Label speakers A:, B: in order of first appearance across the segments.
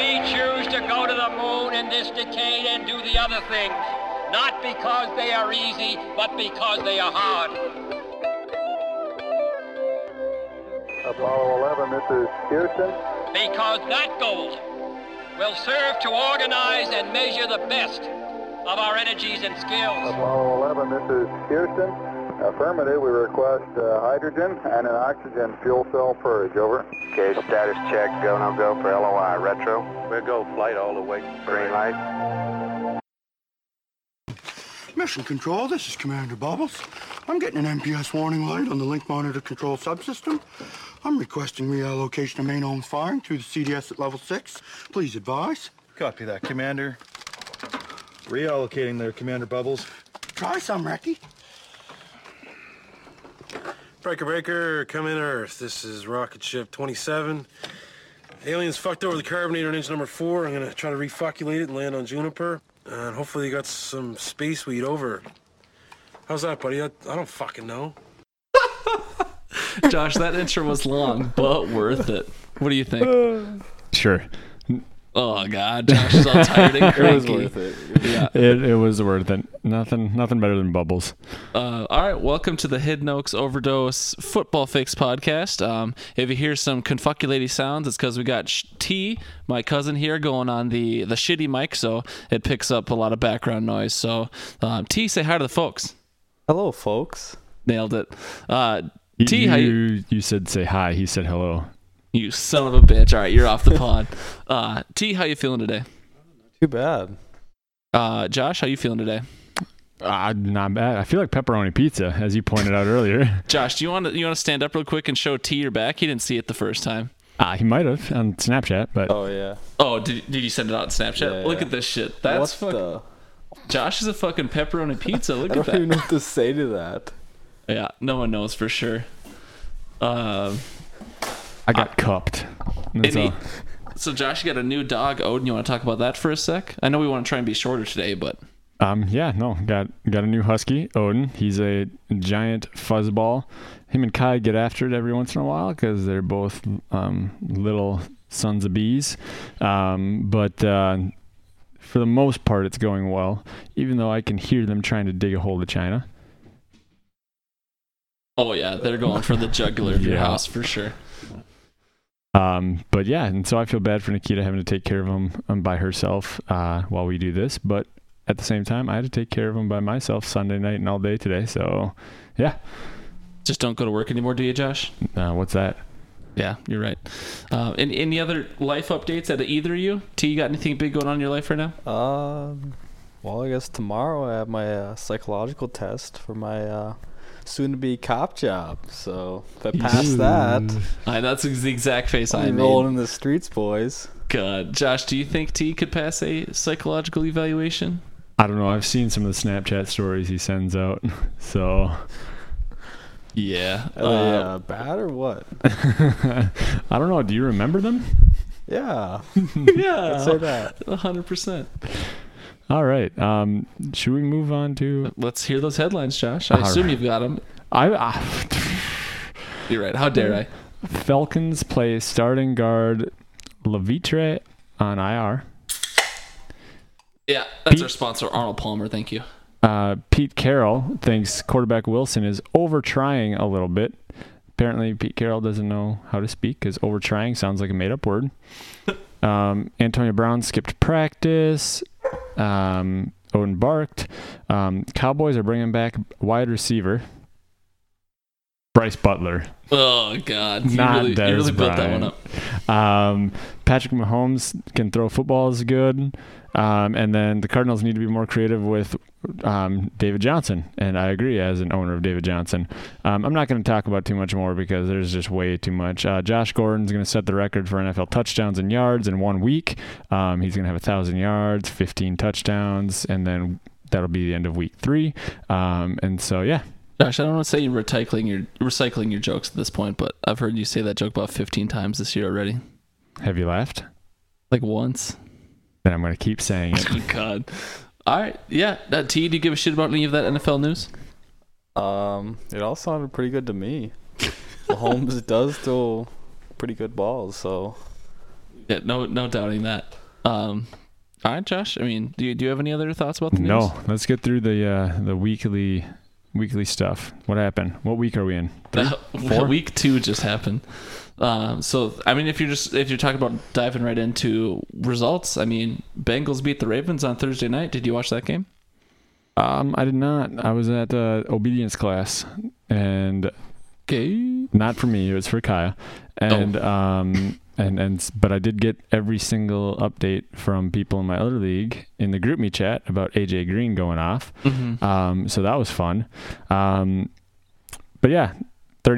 A: refuse to go to the moon in this decade and do the other things, not because they are easy, but because they are hard.
B: Apollo 11, this is Houston.
A: Because that goal will serve to organize and measure the best of our energies and skills.
B: Apollo 11, this is Houston. Affirmative, we request uh, hydrogen and an oxygen fuel cell purge, over.
C: Okay, status check, go, no go for LOI, retro. We'll go flight all the way. Green light.
D: Mission Control, this is Commander Bubbles. I'm getting an MPS warning light on the Link Monitor Control subsystem. I'm requesting reallocation of main ohms firing to the CDS at level 6. Please advise.
E: Copy that, Commander. Reallocating there, Commander Bubbles.
D: Try some, Recky.
F: Breaker Breaker, come in Earth. This is rocket ship 27. Aliens fucked over the carbonator in engine number four. I'm gonna try to refoculate it and land on Juniper. And hopefully you got some space weed over. How's that, buddy? I, I don't fucking know.
G: Josh, that intro was long, but worth it. What do you think?
H: Uh, Sure.
G: Oh God, Josh is all tired and
H: It was
G: cranky.
H: worth it. It, it was worth it. Nothing nothing better than bubbles.
G: Uh, all right, welcome to the Hidden Oaks Overdose Football Fix podcast. Um, if you hear some confuculating sounds, it's because we got Sh- T, my cousin here, going on the the shitty mic, so it picks up a lot of background noise. So, um, T, say hi to the folks.
I: Hello, folks.
G: Nailed it. Uh, T, how you?
H: you said say hi. He said hello.
G: You son of a bitch. All right, you're off the pod. Uh, T, how you feeling today?
I: Too bad.
G: Uh, Josh, how you feeling today?
H: Ah, not bad. I feel like pepperoni pizza, as you pointed out earlier.
G: Josh, do you want to you want to stand up real quick and show T your back? He didn't see it the first time.
H: Ah, he might have on Snapchat, but
I: Oh yeah.
G: Oh, did, did you send it out on Snapchat?
I: Yeah,
G: Look
I: yeah.
G: at this shit. That's
I: what
G: fuck,
I: the?
G: Josh is a fucking pepperoni pizza. Look
I: I
G: at
I: don't
G: that.
I: even know what to say to that.
G: Yeah, no one knows for sure. Um,
H: I got cupped. That's
G: any,
H: all.
G: so Josh, you got a new dog, Odin. You want to talk about that for a sec? I know we want to try and be shorter today, but
H: Um, yeah, no, got got a new husky, Odin. He's a giant fuzzball. Him and Kai get after it every once in a while because they're both um, little sons of bees. Um, but uh, for the most part, it's going well. Even though I can hear them trying to dig a hole to China.
G: oh yeah, they're going for the jugular of your
H: Yeah.
G: house for sure.
H: Um, but yeah, and so I feel bad for Nikita having to take care of him um, by herself uh, while we do this. But at the same time, I had to take care of him by myself Sunday night and all day today. So yeah,
G: Just don't go to work anymore, do you, Josh?
H: uh, what's that?
G: Yeah, you're right. Uh, and any other life updates out of either of you? T, you got anything big going on in your life right now?
I: Um. Well, I guess tomorrow I have my uh, psychological test for my uh, soon-to-be cop job. So if I pass that,
G: Uh, that's the exact face I
I: I'm
G: made.
I: rolling in the streets, boys.
G: God, Uh, Josh, do you think T could pass a psychological evaluation?
H: I don't know. I've seen some of the Snapchat stories he sends out. So
G: Yeah.
I: Are they uh, bad or what?
H: I don't know. Do you remember them?
I: Yeah.
G: yeah.
I: I'd say that.
G: hundred percent.
H: All right. Um, should we move on to?
G: Let's hear those headlines, Josh. I
H: All
G: assume
H: right.
G: you've got them.
H: I, I
G: You're right. How dare
H: Mm-hmm.
G: I?
H: Falcons play starting guard Levitre on IR.
G: Yeah, that's
H: Pete-
G: our sponsor, Arnold Palmer. Thank you.
H: Uh, Pete Carroll thinks quarterback Wilson is over trying a little bit. Apparently, Pete Carroll doesn't know how to speak because over trying sounds like a made up word. Um, Antonio Brown skipped practice. Um, Odin barked. Um, Cowboys are bringing back wide receiver Bryce Butler.
G: Oh God, you
H: Not
G: really, you
H: Dez
G: really built that
H: Bryant.
G: one up.
H: Um, Patrick Mahomes can throw footballs good. Um, and then the Cardinals need to be more creative with um, David Johnson. And I agree as an owner of David Johnson. Um, I'm not going to talk about too much more because there's just way too much. Uh, Josh Gordon's going to set the record for NFL touchdowns and yards in one week. Um, he's going to have 1,000 yards, 15 touchdowns, and then that'll be the end of week three. Um, and so, yeah.
G: Josh, I don't want to say you're recycling your recycling your jokes at this point, but I've heard you say that joke about 15 times this year already,
H: Have you laughed?
G: like once.
H: Then I'm going to keep saying it.
G: Oh God. All right, yeah. Uh, T, do you give a shit about any of that NFL news?
I: Um, it all sounded pretty good to me. Mahomes does throw pretty good balls, so
G: Yeah, no, no doubting that. Um, all right, Josh. I mean, do you, do you have any other thoughts about the news?
H: No, let's get through the uh, the weekly weekly stuff. What happened? What week are we in? Three? Four?
G: Week two just happened. Um, so I mean, if you're just if you're talking about diving right into results, I mean, Bengals beat the Ravens on Thursday night. Did you watch that game?
H: Um, I did not. I was at uh, obedience class, and
G: Okay.
H: not for me. It was for Kaya, and um, and and s- but I did get every single update from people in my other league in the group me chat about AJ Green going off. Um, so that was fun. Um, but yeah,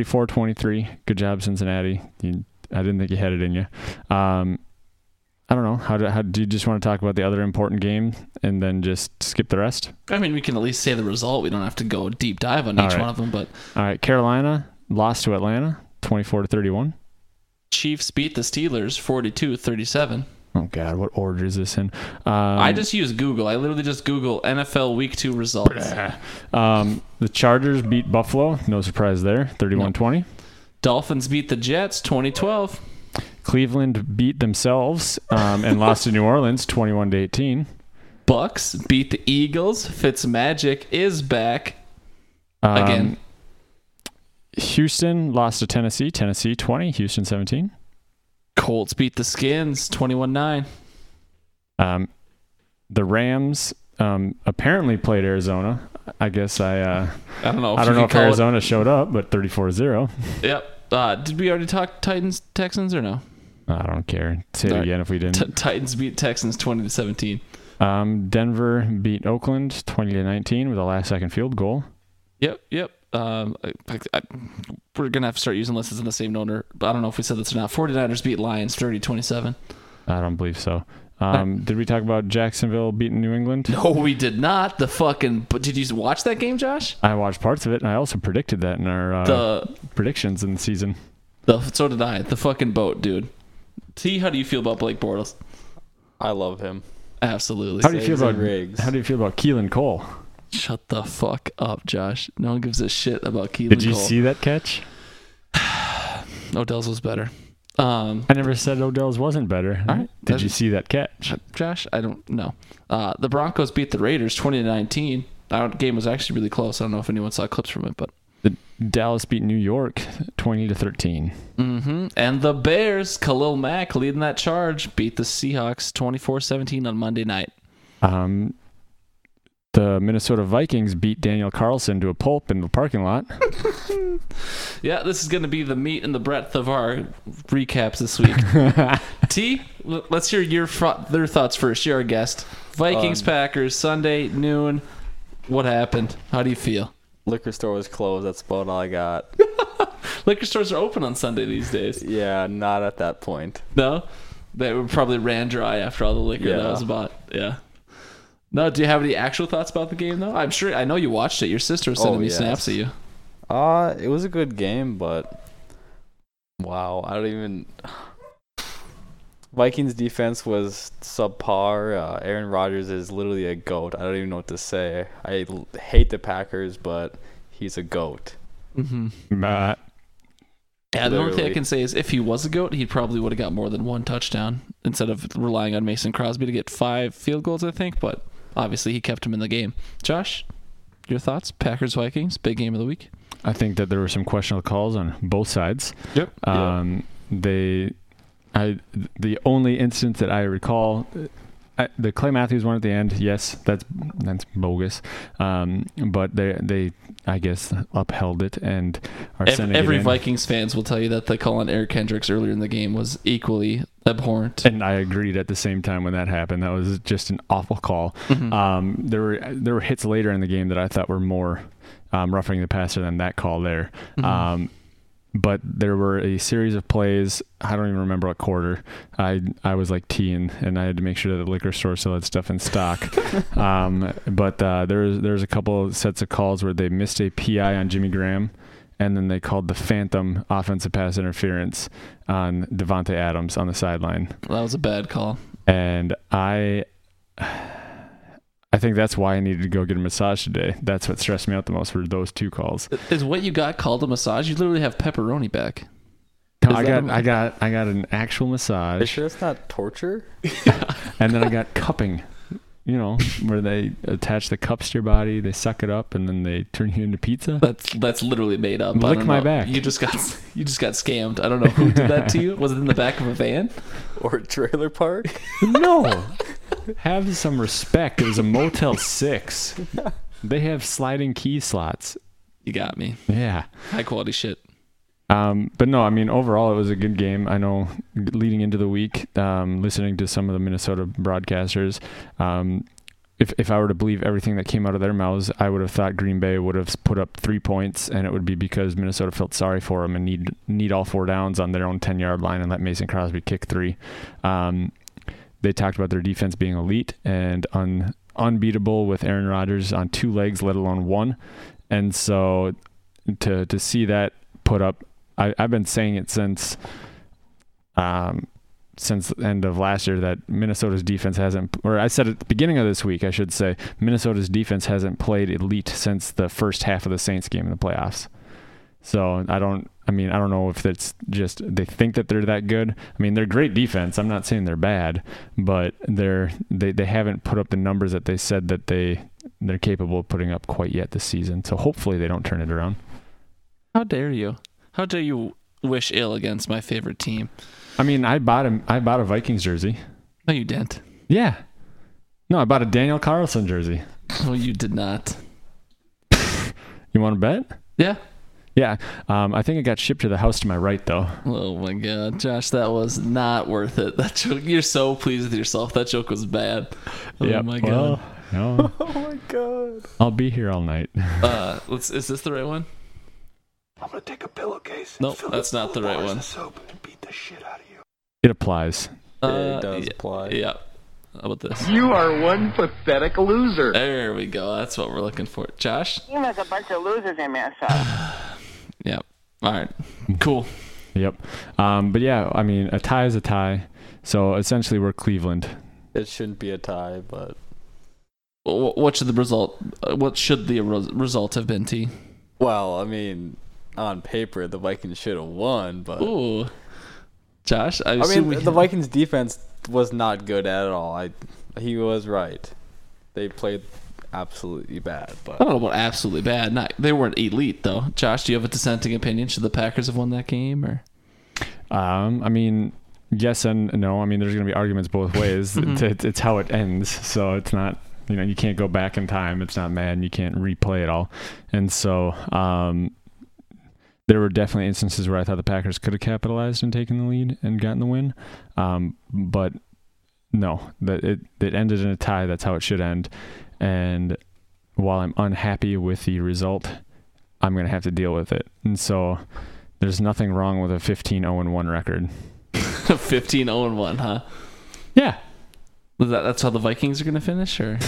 H: 34-23. Good job, Cincinnati. You, I didn't think you had it in you. Um, I don't know. How do, how do you just want to talk about the other important game and then just skip the rest?
G: I mean, we can at least say the result. We don't have to go deep dive on
H: All
G: each
H: right.
G: one of them. But
H: All right, Carolina lost to Atlanta, twenty four to thirty one.
G: Chiefs beat the Steelers 42-37.
H: Oh God, what order is this in? Um,
G: I just use Google. I literally just Google NFL Week Two results.
H: um, the Chargers beat Buffalo. No surprise there, 31-20.
G: Dolphins beat the Jets 2012.
H: Cleveland beat themselves um, and lost to New Orleans, 21 to 18.
G: Bucks beat the Eagles. Fitzmagic is back
H: Um,
G: again.
H: Houston lost to Tennessee, Tennessee 20, Houston 17.
G: Colts beat the Skins 21-9.
H: Um, the Rams um, apparently played Arizona. I guess I uh,
G: I don't know.
H: I don't
G: you could
H: know if
G: call it-
H: Arizona showed up, but 34-0.
G: Yep. Uh, did we already talk Titans Texans or no?
H: I don't care. Say
G: All
H: it
G: right.
H: again if we
G: T-
H: didn't.
G: Titans beat Texans 20 to 17.
H: Um, Denver beat Oakland 20 to 19 with a last second field goal.
G: Yep, yep. Um, I, I, we're gonna have to start using lists in the same order. But I don't know if we said this or not. 49ers beat Lions 30 27.
H: I don't believe so. Um, did we talk about Jacksonville beating New England?
G: No, Oh, we did not. The fucking. But did you watch that game, Josh?
H: I watched parts of it, and I also predicted that in our uh,
G: The
H: predictions in the season.
G: the so did I. The fucking boat, dude. T, how do you feel about Blake Bortles?
I: I love him.
G: Absolutely.
H: How do you feel
I: Saves and
H: about
I: rigs.
H: How do you feel about Keelan Cole?
G: Shut the fuck up, Josh. No one gives a shit about Keelan.
H: Did you
G: Cole.
H: see that catch?
G: Odell's was better? Um,
H: I never said Odell's wasn't better.
G: All right. Uh,
H: Did you see that catch?
G: Josh, I don't know. Uh, the Broncos beat the Raiders 20 to 19. That game was actually really close. I don't know if anyone saw clips from it, but.
H: The Dallas beat New York 20 to 13.
G: hmm And the Bears, Khalil Mack leading that charge, beat the Seahawks 24 17 on Monday night.
H: Um, the Minnesota Vikings beat Daniel Carlson to a pulp in the parking lot.
G: Yeah, this is going to be the meat and the breadth of our recaps this week. T, l- let's hear your fro- their thoughts first. You're our guest.
I: Um,
G: Vikings, Packers, Sunday, noon. What happened? How do you feel?
I: Liquor store was closed. That's about all I got.
G: Liquor stores are open on Sunday these days.
I: yeah, not at that point.
G: No, they were probably ran dry after all the liquor that
I: Yeah.
G: was bought. Yeah. No, do you have any actual thoughts about the game though? I'm sure I know you watched it. Your sister was sending
I: Oh,
G: me
I: yes.
G: snaps of you.
I: Uh, it was a good game, but wow, I don't even. Vikings defense was subpar. Uh, Aaron Rodgers is literally a goat. I don't even know what to say. I l- hate the Packers, but he's a goat.
G: Mm-hmm.
H: Uh,
G: Yeah, the only thing I
I: Literally.
G: can say is if he was a goat, he probably would have got more than one touchdown instead of relying on Mason Crosby to get five field goals. I think, but obviously he kept him in the game. Josh, your thoughts? Packers Vikings, big game of the week.
H: I think that there were some questionable calls on both sides.
G: Yep.
H: Um, They, I, the only instance that I recall, I, the Clay Matthews one at the end. Yes, that's that's bogus. Um, but they they I guess upheld it and are
G: Ev-
H: sending it
G: every
H: in.
G: Vikings fans will tell you that the call on Eric Kendricks earlier in the game was equally abhorrent.
H: And I agreed at the same time when that happened. That was just an awful call. Um, there were there were hits later in the game that I thought were more um, roughing the passer than that call there. Um, but there were a series of plays. I don't even remember what quarter. I I was like teeing, and I had to make sure that the liquor store still had stuff in stock. um, but uh, there was there was a couple of sets of calls where they missed a PI on Jimmy Graham, and then they called the phantom offensive pass interference on Devonte Adams on the sideline.
G: That was a bad call.
H: And I. I think that's why I needed to go get a massage today. That's what stressed me out the most were those two calls.
G: Is what you got called a massage? You literally have pepperoni back.
H: No, I
G: that
H: got
G: a-
H: I got I got an actual massage.
I: Are you sure it's not torture?
H: and then I got cupping. You know, where they attach the cups to your body, they suck it up, and then they turn you into pizza.
G: That's that's literally made up. I
H: Lick
G: don't
H: my
G: know.
H: back.
G: You just got you just got scammed. I don't know who did that to you. Was it in the back of a van?
I: Or trailer park?
H: No,
G: Oh.
H: have some respect. It was a Motel Six. They have sliding key slots.
G: You got me.
H: Yeah.
G: High quality shit.
H: Um, but no, I mean, overall, it was a good game. I know leading into the week, um, listening to some of the Minnesota broadcasters, um, if, if I were to believe everything that came out of their mouths, I would have thought Green Bay would have put up three points, and it would be because Minnesota felt sorry for them and need need all four downs on their own ten yard line and let Mason Crosby kick three. Um, they talked about their defense being elite and un, unbeatable with Aaron Rodgers on two legs, let alone one. And so to to see that put up, I, I've been saying it since um, since the end of last year that Minnesota's defense hasn't, or I said at the beginning of this week, I should say, Minnesota's defense hasn't played elite since the first half of the Saints game in the playoffs. So I don't, I mean, I don't know if it's just they think that they're that good. I mean, they're great defense. I'm not saying they're bad, but they're they they haven't put up the numbers that they said that they they're capable of putting up quite yet this season. So hopefully they don't turn it around.
G: How dare you? How dare you wish ill against my favorite team?
H: I mean, I bought him. I bought a Vikings jersey.
G: No, you didn't.
H: Yeah. No, I bought a Daniel Carlson jersey.
G: No, you did not.
H: You want to bet?
G: Yeah.
H: Yeah. Um, I think it got shipped to the house to my right, though.
G: Oh my god, Josh, that was not worth it. That joke, you're so pleased with yourself. That joke was bad. Oh
H: Yep.
G: my
H: Well,
G: god.
H: no,
I: Oh my god.
H: I'll be here all night.
G: Uh, let's, is this the right one?
D: I'm gonna take a pillowcase. and
G: Nope,
D: fill it
G: that's not the
D: full of
G: right
D: bars
G: one.
D: of Soap and beat the shit out of you.
H: It applies.
G: Uh,
I: it does
G: yeah,
I: apply.
G: Yeah. How about this?
J: You are one pathetic loser.
G: There we go. That's what we're looking for. Josh?
K: team has a bunch of losers in Minnesota.
G: Yep. All right. Cool.
H: Yep. Um, but yeah, I mean, a tie is a tie. So essentially, we're Cleveland.
I: It shouldn't be a tie, but
G: Wh- What should the result? uh, What should the res- result have been? T.
I: well, I mean, on paper the Vikings should have won, but
G: Ooh, Josh. I,
I: I
G: assume
I: mean,
G: we
I: the Vikings defense was not good at all. I he was right. They played absolutely bad,
G: I
I: but
G: don't know about Oh, absolutely bad. Not they weren't elite though. Josh, do you have a dissenting opinion? Should the Packers have won that game or?
H: Um, I mean, yes and no. I mean, there's going to be arguments both ways. It's- it's, it's how it ends. So it's not, you know, you can't go back in time. It's not Madden. You can't replay it all. And so um, there were definitely instances where I thought the Packers could have capitalized and taken the lead and gotten the win. Um, but no, that it, it ended in a tie. That's how it should end. And while I'm unhappy with the result, I'm going to have to deal with it. And so there's nothing wrong with a 15 0 1 record.
G: 15 0 1, oh huh?
H: Yeah.
G: Was That, that's how the Vikings are going to finish, or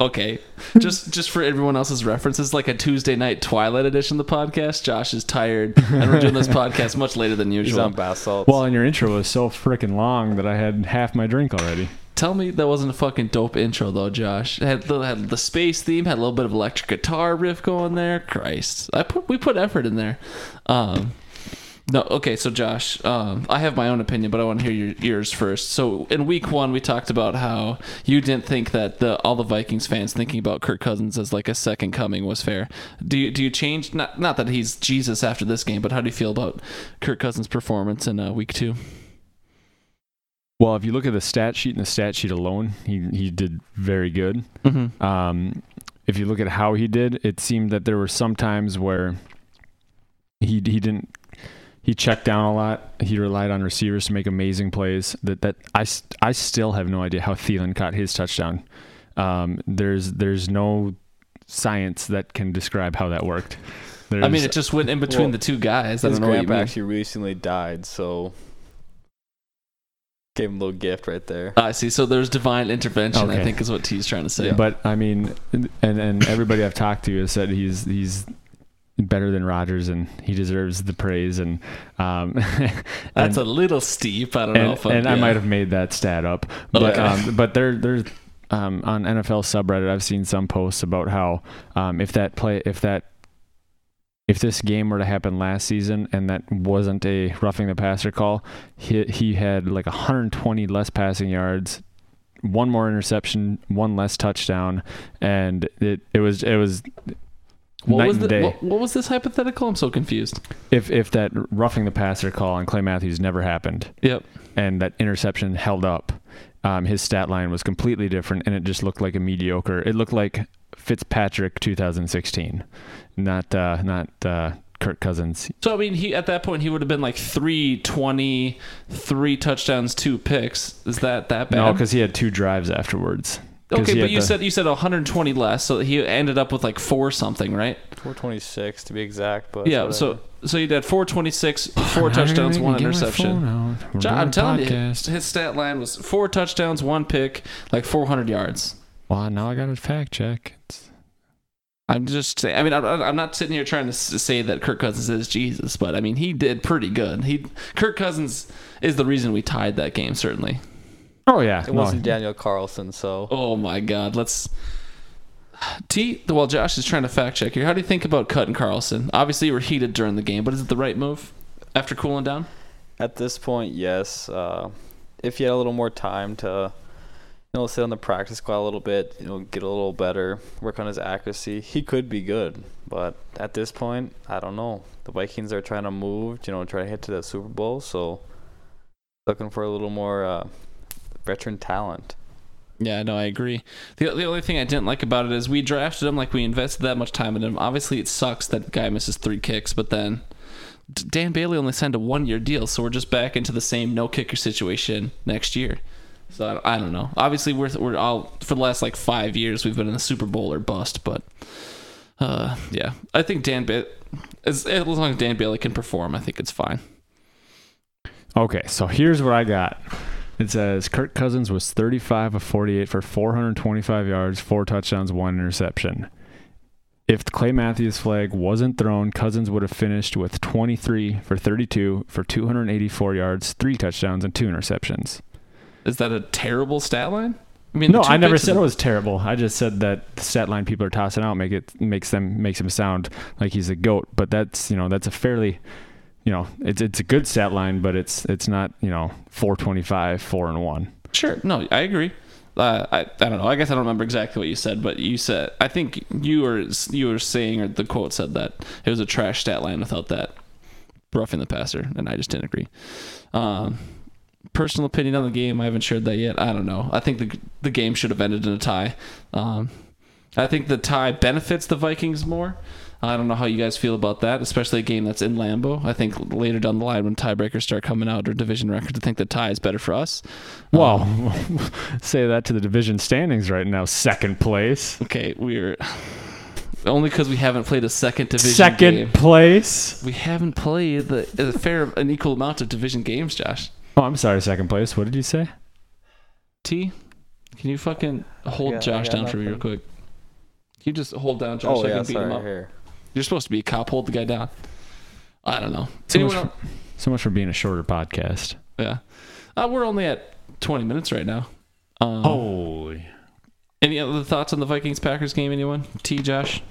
G: okay, just just for everyone else's reference, it's like a Tuesday night Twilight edition of the podcast. Josh is tired, and we're doing this podcast much later than
I: he's
G: usual.
I: on bath salts.
H: Well, and your intro was so freaking long that I had half my drink already.
G: Tell me that wasn't a fucking dope intro though, Josh. It had, it had the space theme, had a little bit of electric guitar riff going there. Christ, I put we put effort in there. Um, no, okay, so Josh, um, I have my own opinion, but I want to hear your, yours first. So in week one, we talked about how you didn't think that the all the Vikings fans thinking about Kirk Cousins as like a second coming was fair. Do you do you change? Not not that he's Jesus after this game, but how do you feel about Kirk Cousins' performance in uh, week two?
H: Well, if you look at the stat sheet and the stat sheet alone, he, he did very good.
G: Mm-hmm.
H: Um, if you look at how he did, it seemed that there were some times where he he didn't he checked down a lot. He relied on receivers to make amazing plays. That that I s- I still have no idea how Thielen caught his touchdown. Um, there's there's no science that can describe how that worked. There's,
G: I mean, it just went in between
I: Well,
G: the two guys. I
I: his
G: don't know what you
I: grandpa
G: mean.
I: actually recently died, so gave him a little gift right there.
G: I see. So there's divine intervention. I
H: Okay.
G: think is what T's trying to say.
H: But I mean, and and everybody I've talked to has said he's he's better than Rodgers and he deserves the praise and um
G: That's
H: and-
G: a little steep. I don't know.
H: and,
G: If I'm-
H: and I
G: yeah.
H: might have made that stat up, but
G: Oh, Okay.
H: um, but there there's um, on NFL subreddit I've seen some posts about how um, if that play if that if this game were to happen last season and that wasn't a roughing the passer call, he, he had like 120 less passing yards, one more interception, one less touchdown, and it, it was it was
G: What
H: night
G: was
H: and
G: the,
H: day.
G: what, what was this hypothetical? I'm so confused.
H: if if that roughing the passer call on Clay Matthews never happened,
G: yep,
H: and that interception held up, um, his stat line was completely different, and it just looked like a mediocre. It looked like Fitzpatrick 2016, not uh, not uh, Kirk Cousins.
G: So I mean, he at that point he would have been like 320, three touchdowns, two picks. Is that that bad?
H: No, because he had two drives afterwards. 'Cause
G: Okay,
H: he
G: but
H: had
G: you
H: the-
G: said you said 120 less, so he ended up with like four something, right?
I: 426 to be exact, but
G: yeah.
I: whatever.
G: So so you had 426,
H: Now
G: four
H: you're
G: touchdowns,
H: making
G: one
H: me get my
G: interception.
H: phone out. We're
G: John,
H: doing
G: I'm
H: a
G: telling you,
H: podcast.
G: his stat line was four touchdowns, one pick, like 400 yards.
H: Well, now I got to fact check. It's,
G: I'm just saying. I mean, I'm, I'm not sitting here trying to s- say that Kirk Cousins is Jesus, but I mean, he did pretty good. He Kirk Cousins is the reason we tied that game, certainly.
H: oh yeah,
I: it wasn't Daniel Carlson, so
G: Oh my God, let's. T. Well, Josh is trying to fact check here. How do you think about cutting Carlson? Obviously, you were heated during the game, but is it the right move after cooling down?
I: at this point, yes. Uh, if you had a little more time to, you know, sit on the practice squad a little bit, you know, get a little better, work on his accuracy, he could be good. But at this point, I don't know. The Vikings are trying to move, you know, try to hit to that Super Bowl, so looking for a little more uh, veteran talent.
G: Yeah, no, I agree. The, the only thing I didn't like about it is we drafted him like we invested that much time in him. Obviously, it sucks that guy misses three kicks, but then D- Dan Bailey only signed a one year deal, so we're just back into the same no kicker situation next year. So I don't, I don't know. Obviously, we're we're all for the last like five years we've been in the Super Bowl or bust, but uh, yeah, I think Dan ba- as, as long as Dan Bailey can perform, I think it's fine.
H: Okay, so here's what I got. It says Kirk Cousins was 35 of 48 for 425 yards, four touchdowns, one interception. If the Clay Matthews flag wasn't thrown, Cousins would have finished with 23 for 32 for 284 yards, three touchdowns, and two interceptions.
G: Is that a terrible stat line? I mean, the
H: no,
G: two
H: I never
G: picks
H: said
G: is-
H: it was terrible. I just said that the stat line people are tossing out make it makes them makes him sound like he's a goat. But that's you know that's a fairly you know it's it's a good stat line, but it's it's not you know 425 four and one.
G: Sure. No, I agree. Uh, I, I don't know. I guess I don't remember exactly what you said, but you said I think you were you were saying or the quote said that it was a trash stat line without that roughing the passer, and I just didn't agree. Um, personal opinion on the game, I haven't shared that yet. I don't know. I think the the game should have ended in a tie. Um, I think the tie benefits the Vikings more. I don't know how you guys feel about that, especially a game that's in Lambeau. I think later down the line when tiebreakers start coming out or division records, I think the tie is better for us.
H: Well, say that to the division standings right now, second place.
G: Okay, we're only because we haven't played a second division
H: second
G: game.
H: place.
G: We haven't played the, a fair, an equal amount of division games, Josh.
H: Oh, I'm sorry, second place. What did you say?
G: T, can you fucking hold
I: got- I
G: Josh
I: got
G: down for me real
I: nothing.
G: quick? Can you just hold down Josh
I: Oh,
G: so I
I: yeah,
G: can beat him
I: sorry,
G: up?
I: here.
G: You're supposed to be a cop. Hold the guy down. I don't know.
H: So much,
G: Anyone
H: for, so much for being a shorter podcast.
G: Yeah. Uh, we're only at 20 minutes right now. Um,
H: Holy.
G: Any other thoughts on the Vikings Packers game, anyone? T, Josh?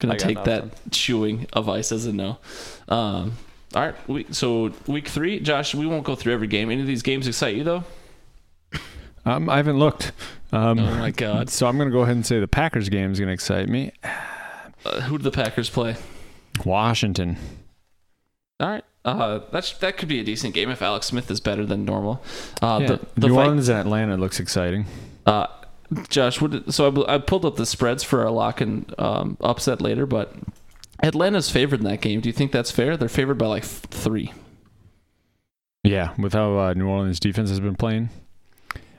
G: Gonna
I: I got
G: take that chewing of ice as a no. Um, all right. We, so, week three, Josh, we won't go through every game. Any of these games excite you, though?
H: Um, I haven't looked. Um,
G: Oh my God.
H: So I'm gonna go ahead and say the Packers game is gonna excite me.
G: Uh, who do the Packers play?
H: Washington.
G: All right. Uh, that's, that could be a decent game if Alex Smith is better than normal. Uh,
H: Yeah,
G: the, the
H: New
G: Vi-
H: Orleans and Atlanta looks exciting.
G: Uh, Josh, would so I, bu- I pulled up the spreads for our lock and um, upset later, but Atlanta's favored in that game. Do you think that's fair? They're favored by like f- three.
H: Yeah, with how uh, New Orleans defense has been playing,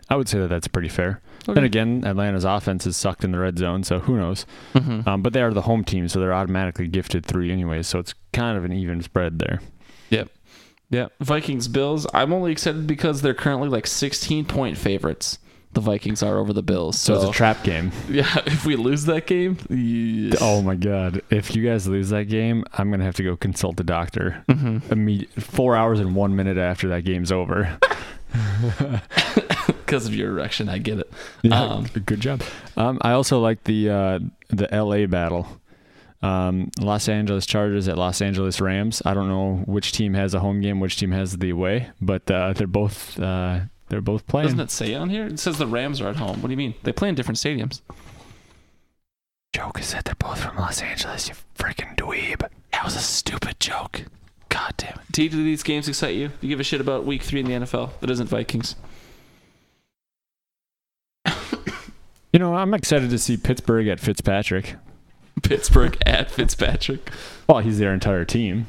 H: I would say that that's pretty fair. Then
G: Okay.
H: again, Atlanta's offense is sucked in the red zone, so who knows?
G: Mm-hmm.
H: Um, but they are the home team, so they're automatically gifted three anyway. So it's kind of an even spread there.
G: Yep. Yep. Vikings Bills. I'm only excited because they're currently like 16 point favorites. The Vikings are over the Bills.
H: So,
G: So,
H: it's a trap game.
G: Yeah. If we lose that game, yes.
H: Oh my god! If you guys lose that game, I'm gonna have to go consult the doctor.
G: Mm-hmm.
H: Immedi- four hours and one minute after that game's over.
G: because of your erection. I get it.
H: Yeah,
G: Um,
H: g- good job. Um, I also like the uh, the L.A. battle, um, Los Angeles Chargers at Los Angeles Rams. I don't know which team has a home game, which team has the away, but uh, they're both uh, they're both playing.
G: Doesn't it say on here? It says the Rams are at home. What do you mean? They play in different stadiums.
H: Joke is that they're both from Los Angeles. You freaking dweeb.
G: That was a stupid joke. God damn it. Do either of these games excite you? Do you give a shit about week three in the NFL that isn't Vikings?
H: You know, I'm excited to see Pittsburgh at Fitzpatrick.
G: Pittsburgh at Fitzpatrick.
H: Well, he's their entire team.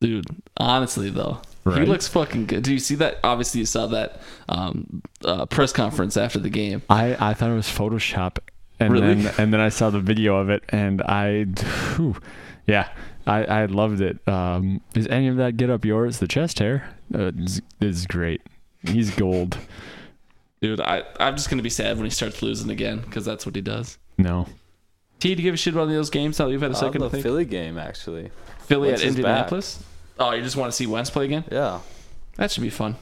G: Dude, honestly though. He
H: Right.
G: looks fucking good. Do you see that? Obviously, you saw that um, uh, press conference after the game.
H: I, I thought it was Photoshop, and
G: Really?
H: then and then I saw the video of it, and I, whew, yeah, I, I loved it. Um, is any of that get up yours? The chest hair uh, is, is great. He's gold.
G: Dude, I, I'm just gonna be sad when he starts losing again because that's what he does.
H: No,
G: T, do you give a shit about any of those games? Now that you've had a
I: I love
G: second to
I: Uh, the
G: think.
I: Philly game actually.
G: Philly
I: Wentz
G: at
I: is back.
G: Indianapolis. Oh, you just want to see Wentz play again?
I: Yeah.
G: That should be fun.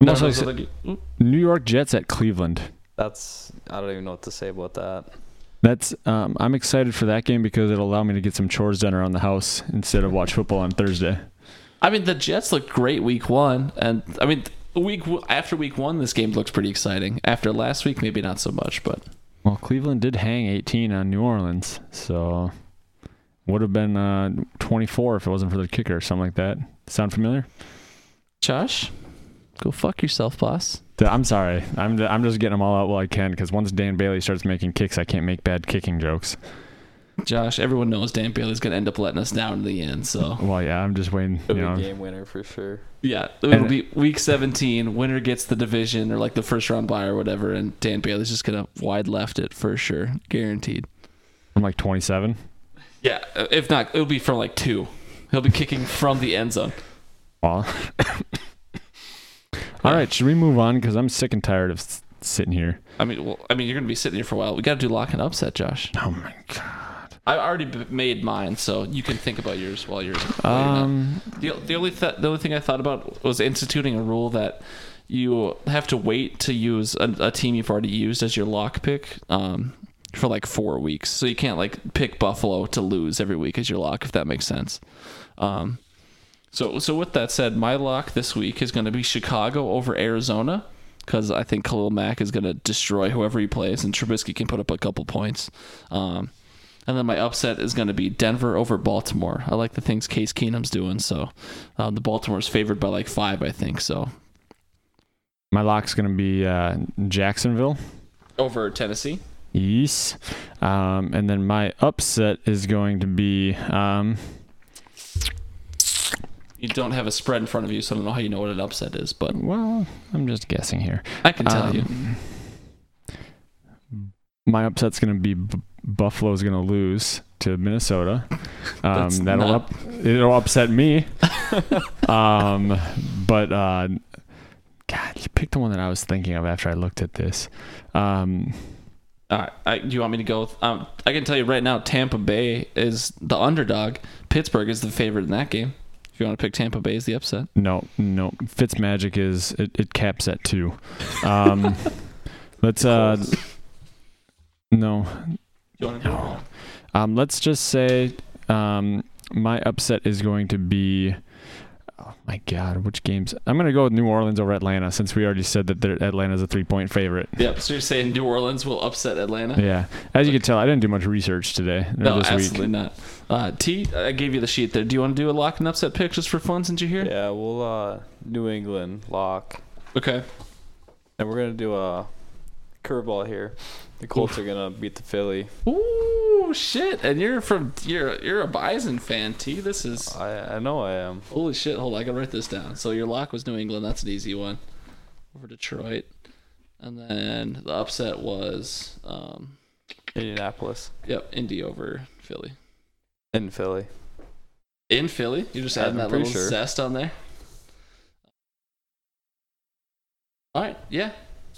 H: I'm
G: None of
H: also
G: those other
H: exci-
G: ge- Oop.
H: New York Jets at Cleveland.
I: That's I don't even know what to say about that.
H: That's um, I'm excited for that game because it'll allow me to get some chores done around the house instead of watch football on Thursday.
G: I mean, the Jets looked great week one, and I mean, week after week one, this game looks pretty exciting. After last week, maybe not so much, but
H: Well, Cleveland did hang 18 on New Orleans, so would have been uh, 24 if it wasn't for the kicker or something like that. Sound familiar?
G: Josh, go fuck yourself, boss.
H: Th- I'm sorry. I'm I'm just getting them all out while I can because once Dan Bailey starts making kicks, I can't make bad kicking jokes.
G: Josh, everyone knows Dan Bailey's gonna end up letting us down in the end. So
H: Well, yeah, I'm just waiting. You
I: It'll be
H: know,
I: game winner for sure.
G: yeah, it'll be week 17. Winner gets the division or like the first round bye or whatever, and Dan Bailey's just gonna wide left it for sure, guaranteed.
H: I'm like 27.
G: Yeah, uh, if not, it'll be from like two. He'll be kicking from the end zone.
H: Well, all right. Should we move on? Because I'm sick and tired of s- sitting here.
G: I mean, well, I mean, you're gonna be sitting here for a while. We got to do lock and upset, Josh.
H: Oh my god.
G: I already b- made mine, so you can think about yours while you're. while you're
H: Um,
G: not. the the only th- the only thing I thought about was instituting a rule that you have to wait to use a, a team you've already used as your lock pick um, for like four weeks, so you can't like pick Buffalo to lose every week as your lock, if that makes sense. Um, so so with that said, my lock this week is going to be Chicago over Arizona. Because I think Khalil Mack is going to destroy whoever he plays, and Trubisky can put up a couple points. Um, and then my upset is going to be Denver over Baltimore. I like the things Case Keenum's doing, so um, the Baltimore's favored by like five, I think. So
H: my lock's gonna be uh, Jacksonville.
G: over Tennessee.
H: Yes. Um, and then my upset is going to be um,
G: You don't have a spread in front of you, so I don't know how you know what an upset is, but
H: well, I'm just guessing here. Um,
G: I can tell you.
H: My upset's going to be B- Buffalo's going to lose to Minnesota. Um,
G: That's
H: that'll
G: not-
H: up, it'll upset me. um, but uh, God, you picked the one that I was thinking of after I looked at this. Um,
G: All right, I, do you want me to go? With, um, I can tell you right now, Tampa Bay is the underdog. Pittsburgh is the favorite in that game. If you want to pick Tampa Bay as the upset,
H: no, no, Fitzmagic is it, it caps at two. Um, let's uh, no,
G: do you want to go?
H: Um, let's just say um, my upset is going to be. Oh my God, which games? I'm going to go with New Orleans over Atlanta since we already said that they're- Atlanta's a three point favorite.
G: Yep. So you're saying New Orleans will upset Atlanta?
H: Yeah. As you can tell, I didn't do much research today. or
G: No,
H: this
G: absolutely
H: week.
G: not. Uh, T, I gave you the sheet there. Do you want to do a lock and upset pick just for fun since you're here?
I: Yeah, we'll uh New England lock.
G: Okay.
I: And we're gonna do a curveball here. The Colts are gonna beat the Philly.
G: Ooh, shit! And you're from you're you're a Bison fan, T. This is
I: I I know I am.
G: holy shit. Hold, on, I can write this down. So your lock was New England. That's an easy one. Over Detroit, and then the upset was um,
I: Indianapolis.
G: yep, Indy over Philly.
I: In Philly.
G: In Philly, you're just
I: I'm
G: adding that
I: pretty
G: little
I: sure.
G: zest on there. All right, yeah.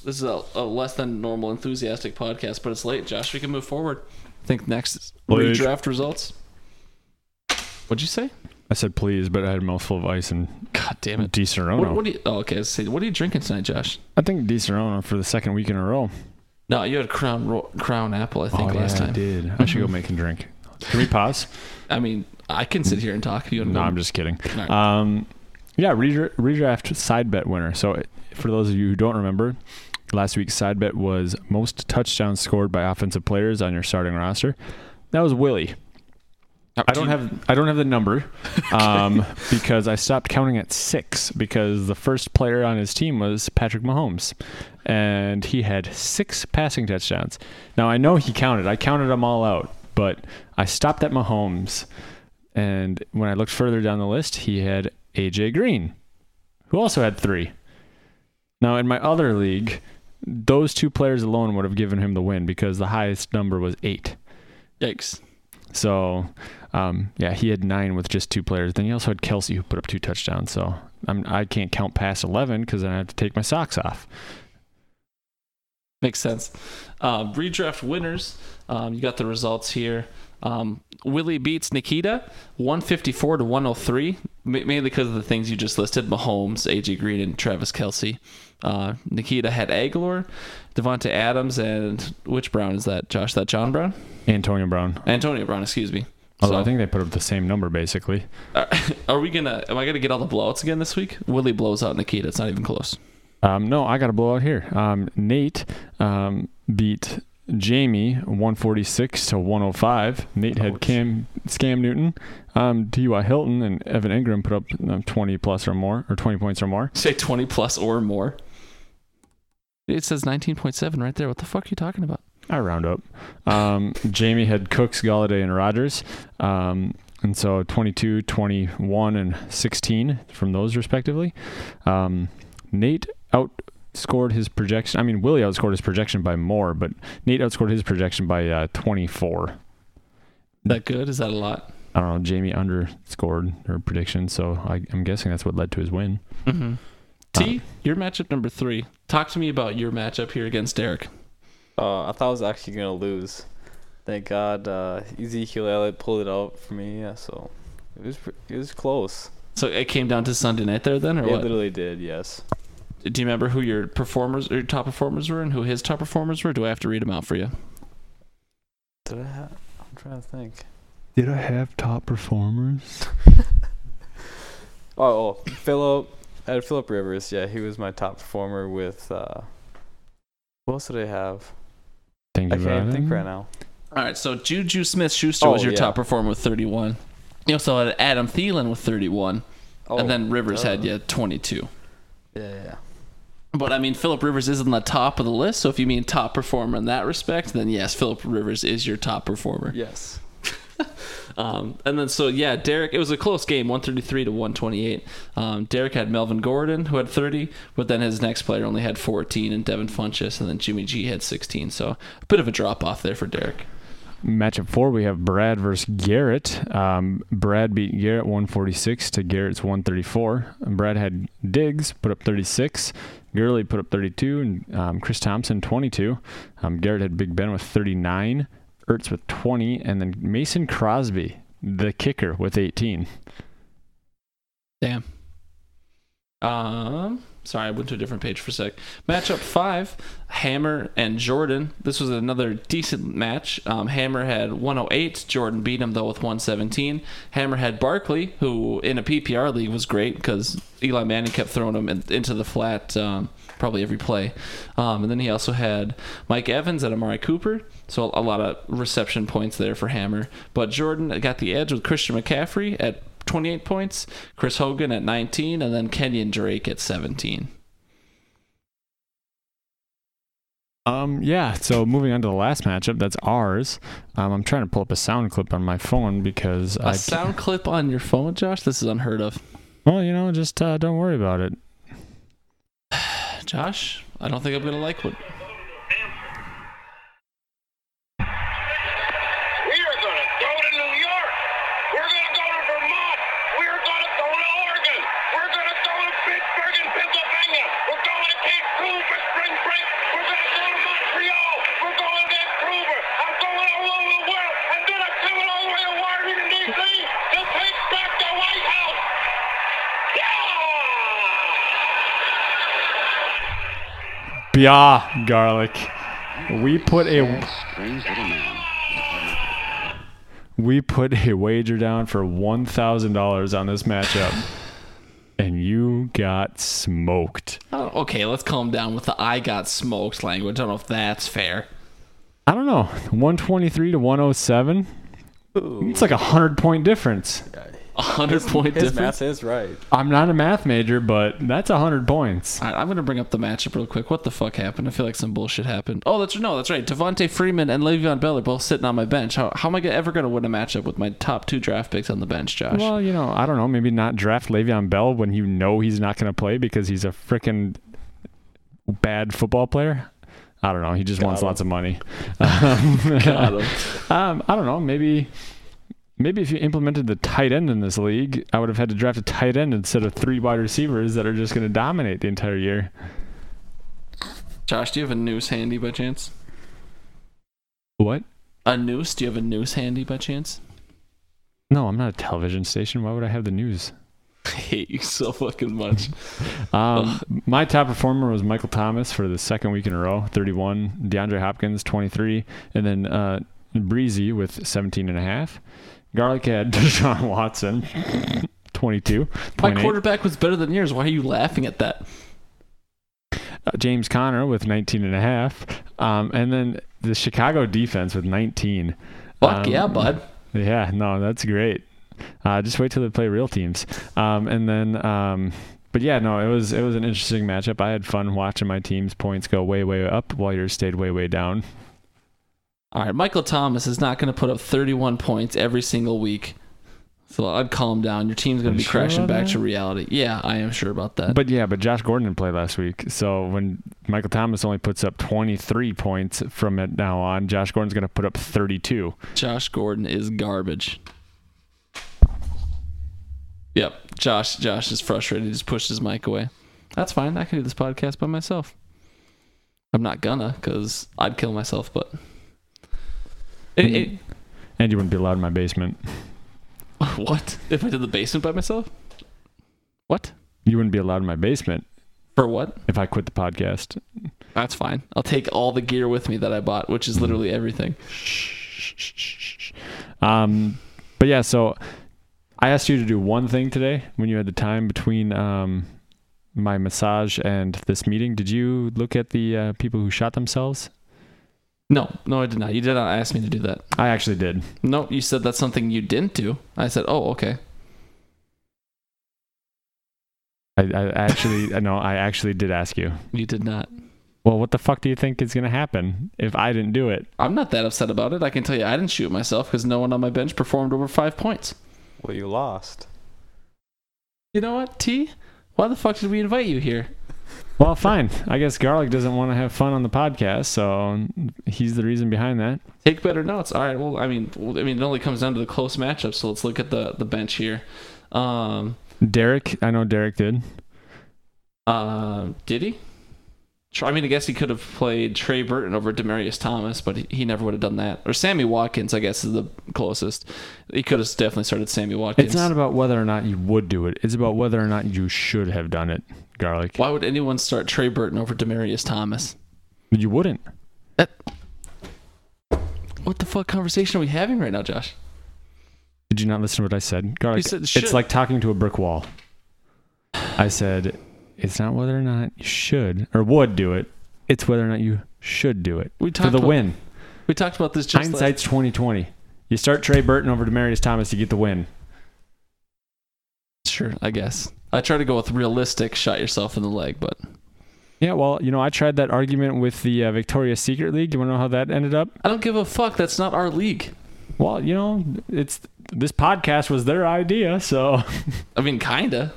G: This is a, a less than normal enthusiastic podcast, but it's late, Josh. We can move forward. I think next is
H: Late.
G: redraft results. What'd you say?
H: I said please, but I had a mouthful of ice and
G: God damn it,
H: Di Serono.
G: What, what do you? Oh, okay. let's see. what are you drinking tonight, Josh?
H: I think Di Serono for the second week in a row.
G: No, you had Crown Ro- Crown Apple, I think,
H: oh,
G: last
H: yeah,
G: time.
H: I did. I should go make and drink. Can we pause?
G: I mean, I can sit here and talk if you.
H: No, I'm just kidding.
G: Alright.
H: Um, yeah, redra- redraft side bet winner. So, for those of you who don't remember, last week's side bet was most touchdowns scored by offensive players on your starting roster. That was Willie. I don't have I don't have the number um, because I stopped counting at six because the first player on his team was Patrick Mahomes, and he had six passing touchdowns. Now I know he counted. I counted them all out, but I stopped at Mahomes, and when I looked further down the list, he had AJ Green, who also had three. Now in my other league, those two players alone would have given him the win because the highest number was eight.
G: Yikes.
H: So, um, yeah, he had nine with just two players. Then he also had Kelsey who put up two touchdowns. So I'm, I can't count past eleven because then I have to take my socks off.
G: Makes sense. Um, redraft winners. Um, you got the results here. Um, Willie beats Nikita 154 to 103, ma- mainly because of the things you just listed Mahomes, AJ Green, and Travis Kelsey. Uh, Nikita had Aguilar, Devonta Adams, and which Brown is that, Josh? That John Brown?
H: Antonio Brown.
G: Antonio Brown, excuse me.
H: Although Oh, I think they put up the same number basically.
G: Are, are we going to, am I going to get all the blowouts again this week? Willie blows out Nikita. It's not even close.
H: Um, no, I got a blowout here. Um, Nate um, beat Jamie 146 to 105. Nate had Cam Scam Newton, um, T.Y. Hilton, and Evan Ingram put up um, 20 plus or more or 20 points or more.
G: Say 20 plus or more. It says 19.7 right there. What the fuck are you talking about?
H: I round up. Um, Jamie had Cooks, Galladay, and Rogers. Um, and so 22, 21, and 16 from those respectively. Um, Nate outscored his projection. I mean, Willie outscored his projection by more, but Nate outscored his projection by uh, 24.
G: That good? Is that a lot?
H: I don't know. Jamie underscored her prediction, so I, I'm guessing that's what led to his win.
G: Mm-hmm. T, your matchup number three. Talk to me about your matchup here against Derek.
I: Uh, I thought I was actually gonna lose. Thank God, uh, Ezekiel Elliott pulled it out for me. Yeah, so it was pre- it was close.
G: So it came down to Sunday night there then, or
I: it
G: what?
I: literally did. Yes.
G: Do you remember who your performers, your top performers were, and who his top performers were? Do I have to read them out for you?
I: Did I? Ha- I'm trying to think.
H: Did I have top performers?
I: Oh, oh Philip. I had Philip Rivers. Yeah, he was my top performer with. Uh, who else did I have?
H: Thank
I: I
H: you,
I: can't even think
H: Ryan.
I: right now.
G: All right, so Juju Smith Schuster
I: Oh,
G: was your
I: yeah.
G: top performer with 31. You also had Adam Thielen with 31,
I: Oh,
G: and then Rivers had
I: duh.
G: you at 22.
I: Yeah, yeah, yeah.
G: But I mean, Philip Rivers is on the top of the list. So if you mean top performer in that respect, then yes, Philip Rivers is your top performer.
I: Yes.
G: Um, and then so yeah, Derek. It was a close game, one thirty three to one twenty eight. Um, Derek had Melvin Gordon who had thirty, but then his next player only had fourteen, and Devin Funchess, and then Jimmy G had sixteen. So a bit of a drop off there for Derek.
H: Matchup four, we have Brad versus Garrett. Um, Brad beat Garrett 146 to Garrett's 134. And Brad had Diggs put up 36, Gurley put up 32, and um, Chris Thompson 22. Um, Garrett had Big Ben with 39, Ertz with 20, and then Mason Crosby, the kicker, with 18.
G: Damn. Um, sorry, I went to a different page for a sec. Matchup five: Hammer and Jordan. This was another decent match. Um, Hammer had 108. Jordan beat him though with 117. Hammer had Barkley, who in a PPR league was great because Eli Manning kept throwing him in, into the flat um, probably every play. Um, and then he also had Mike Evans and Amari Cooper. So a lot of reception points there for Hammer. But Jordan got the edge with Christian McCaffrey at 28 points, Chris Hogan at 19, and then Kenyon Drake at 17.
H: Um, yeah, so moving on to the last matchup, that's ours. Um, I'm trying to pull up a sound clip on my phone because
G: A
H: I.
G: sound clip on your phone, Josh? This is unheard of.
H: well, you know, just uh, don't worry about it.
G: Josh, I don't think I'm going to like what.
L: We are going to go to New York. We're going to go to Vermont. We're going to go to Oregon. We're going to go to Pittsburgh and Pennsylvania. We're going to Vancouver for spring break. We're going to go to Montreal. We're going to Vancouver. I'm going all over the world. I'm going to come all the way to Washington, D.C. to take back the white
H: Bia garlic. We put a
M: Strange little man.
H: we put a wager down for one thousand dollars on this matchup, and you got smoked.
G: Oh, okay, let's calm down with the I got smoked language. I don't know if that's fair.
H: I don't know, one twenty three to one oh seven. It's like a hundred point difference.
G: A hundred
I: His-
G: point
I: his
G: difference.
I: math is right.
H: I'm not a math major, but that's a hundred points.
G: All right, I'm gonna bring up the matchup real quick. What the fuck happened? I feel like some bullshit happened. Oh, that's no, that's right. Devonte Freeman and Le'Veon Bell are both sitting on my bench. How, how am I go- ever gonna win a matchup with my top two draft picks on the bench, Josh?
H: Well, you know, I don't know. Maybe not draft Le'Veon Bell when you know he's not going to play because he's a freaking bad football player. I don't know. He just wants lots of money. Um,
G: Got
H: um, I don't know. Maybe, maybe if you implemented the tight end in this league, I would have had to draft a tight end instead of three wide receivers that are just going to dominate the entire year.
G: Josh, do you have a noose handy by chance?
H: What?
G: A noose? Do you have a noose handy by chance?
H: No, I'm not a television station. Why would I have the news?
G: I hate you so fucking much.
H: Um, my top performer was Michael Thomas for the second week in a row, 31. DeAndre Hopkins, 23. And then uh, Breezy with 17 and a half. Garlic had Deshaun Watson, 22.
G: my quarterback was better than yours. Why are you laughing at that?
H: uh, James Conner with 19 and a half. Um, and then the Chicago defense with 19. Um,
G: Fuck yeah, bud.
H: Yeah, no, that's great. Uh, just wait till they play real teams. Um, and then, um, but yeah, no, it was it was an interesting matchup. I had fun watching my team's points go way way up while yours stayed way way down.
G: All right, Michael Thomas is not going to put up 31 points every single week. So I'd calm down. Your team's going
H: You
G: to be
H: sure
G: crashing
H: about
G: back
H: that?
G: to reality. Yeah, I am sure about that.
H: But yeah, but Josh Gordon didn't play last week. So when Michael Thomas only puts up 23 points from it now on, Josh Gordon's going to put up 32.
G: Josh Gordon is garbage. Yep, Josh. Josh is frustrated. He just pushed his mic away. That's fine. I can do this podcast by myself. I'm not gonna, cause I'd kill myself. But it, it,
H: And you wouldn't be allowed in my basement.
G: what if I did the basement by myself? What
H: You wouldn't be allowed in my basement
G: for what?
H: if I quit the podcast.
G: That's fine. I'll take all the gear with me that I bought, which is literally everything.
H: Um, but yeah, so I asked you to do one thing today when you had the time between um, my massage and this meeting. Did you look at the uh, people who shot themselves?
G: No, no, I did not. You did not ask me to do that.
H: I actually did.
G: No, you said that's something you didn't do. I said, oh, okay.
H: I, I actually no, I actually did ask you.
G: You did not.
H: Well, what the fuck do you think is gonna happen if I didn't do it?
G: I'm not that upset about it. I can tell you I didn't shoot myself because no one on my bench performed over five points.
I: Well, you lost.
G: You know what, T? Why the fuck did we invite you here?
H: Well, fine. I guess Garlic doesn't want to have fun on the podcast, so he's the reason behind that.
G: Take better notes. All right. Well, I mean, well, I mean, it only comes down to the close matchup. So let's look at the the bench here. Um,
H: Derek, I know Derek did.
G: um, did he? Tr- I mean, I guess he could have played Trey Burton over Demarius Thomas, but he, he never would have done that. Or Sammy Watkins, I guess, is the closest. He could have definitely started Sammy Watkins.
H: It's not about whether or not you would do it. It's about whether or not you should have done it, Garlic.
G: Why would anyone start Trey Burton over Demarius Thomas?
H: You wouldn't.
G: What the fuck conversation are we having right now, Josh?
H: Did you not listen to what I said? Garlic,
G: said should.
H: it's like talking to a brick wall. I said, it's not whether or not you should or would do it. It's whether or not you should do it
G: We
H: for
G: talked
H: the
G: about-
H: win.
G: We talked about this just last-
H: Hindsight's 2020. You start Trey Burton over Demarius Thomas, you get the win.
G: Sure, I guess. I try to go with realistic shot yourself in the leg, but
H: Yeah, well, you know, I tried that argument with the uh, Victoria's Secret League. Do you want to know how that ended up?
G: I don't give a fuck. That's not our league.
H: Well, you know, it's this podcast was their idea, so
G: I mean, kinda.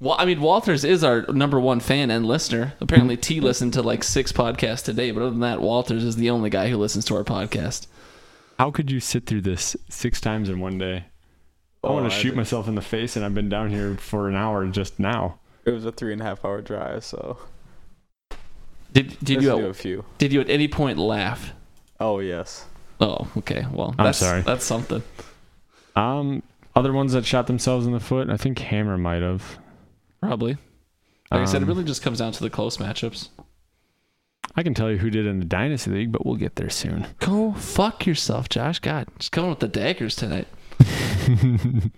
G: well, I mean, Walters is our number one fan and listener. Apparently, T listened to like six podcasts today, but other than that, Walters is the only guy who listens to our podcast.
H: How could you sit through this six times in one day? I
I: Oh,
H: want
I: I
H: to shoot
I: did-
H: myself in the face, and I've been down here for an hour just now.
I: It was a three and a half hour drive, so
G: Did did you
I: Let's do a
G: at,
I: few.
G: did you at any point laugh?
I: Oh yes.
G: Oh, okay. Well,
H: I'm
G: that's,
H: sorry.
G: That's something.
H: Um, other ones that shot themselves in the foot, I think Hammer might have.
G: Probably. Like I said, it
H: Um,
G: really just comes down to the close matchups.
H: I can tell you who did in the Dynasty League, but we'll get there soon.
G: Go fuck yourself, Josh. God, just coming with the daggers tonight. We, need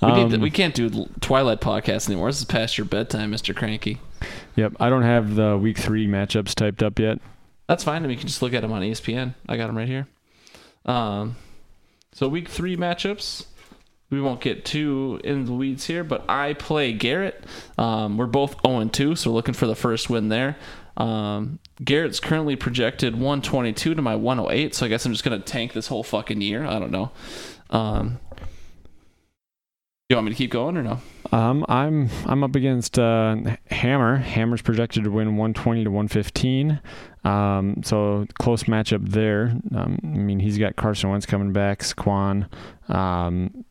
G: to-
H: Um,
G: we can't do Twilight podcast anymore. This is past your bedtime, Mister Cranky.
H: Yep, I don't have the week three matchups typed up yet.
G: That's fine. We can just look at them on E ESPN. I got them right here. Um, so week three matchups. We won't get too in the weeds here, but I play Garrett. Um, we're both 0 2, so we're looking for the first win there. Um, Garrett's currently projected 122 to my 108, so I guess I'm just going to tank this whole fucking year. I don't know. Um, you want me to keep going or no?
H: Um, I'm I'm up against uh, Hammer. Hammer's projected to win 120 to 115. Um, so close matchup there. Um, I mean, he's got Carson Wentz coming back, Saquon. Um,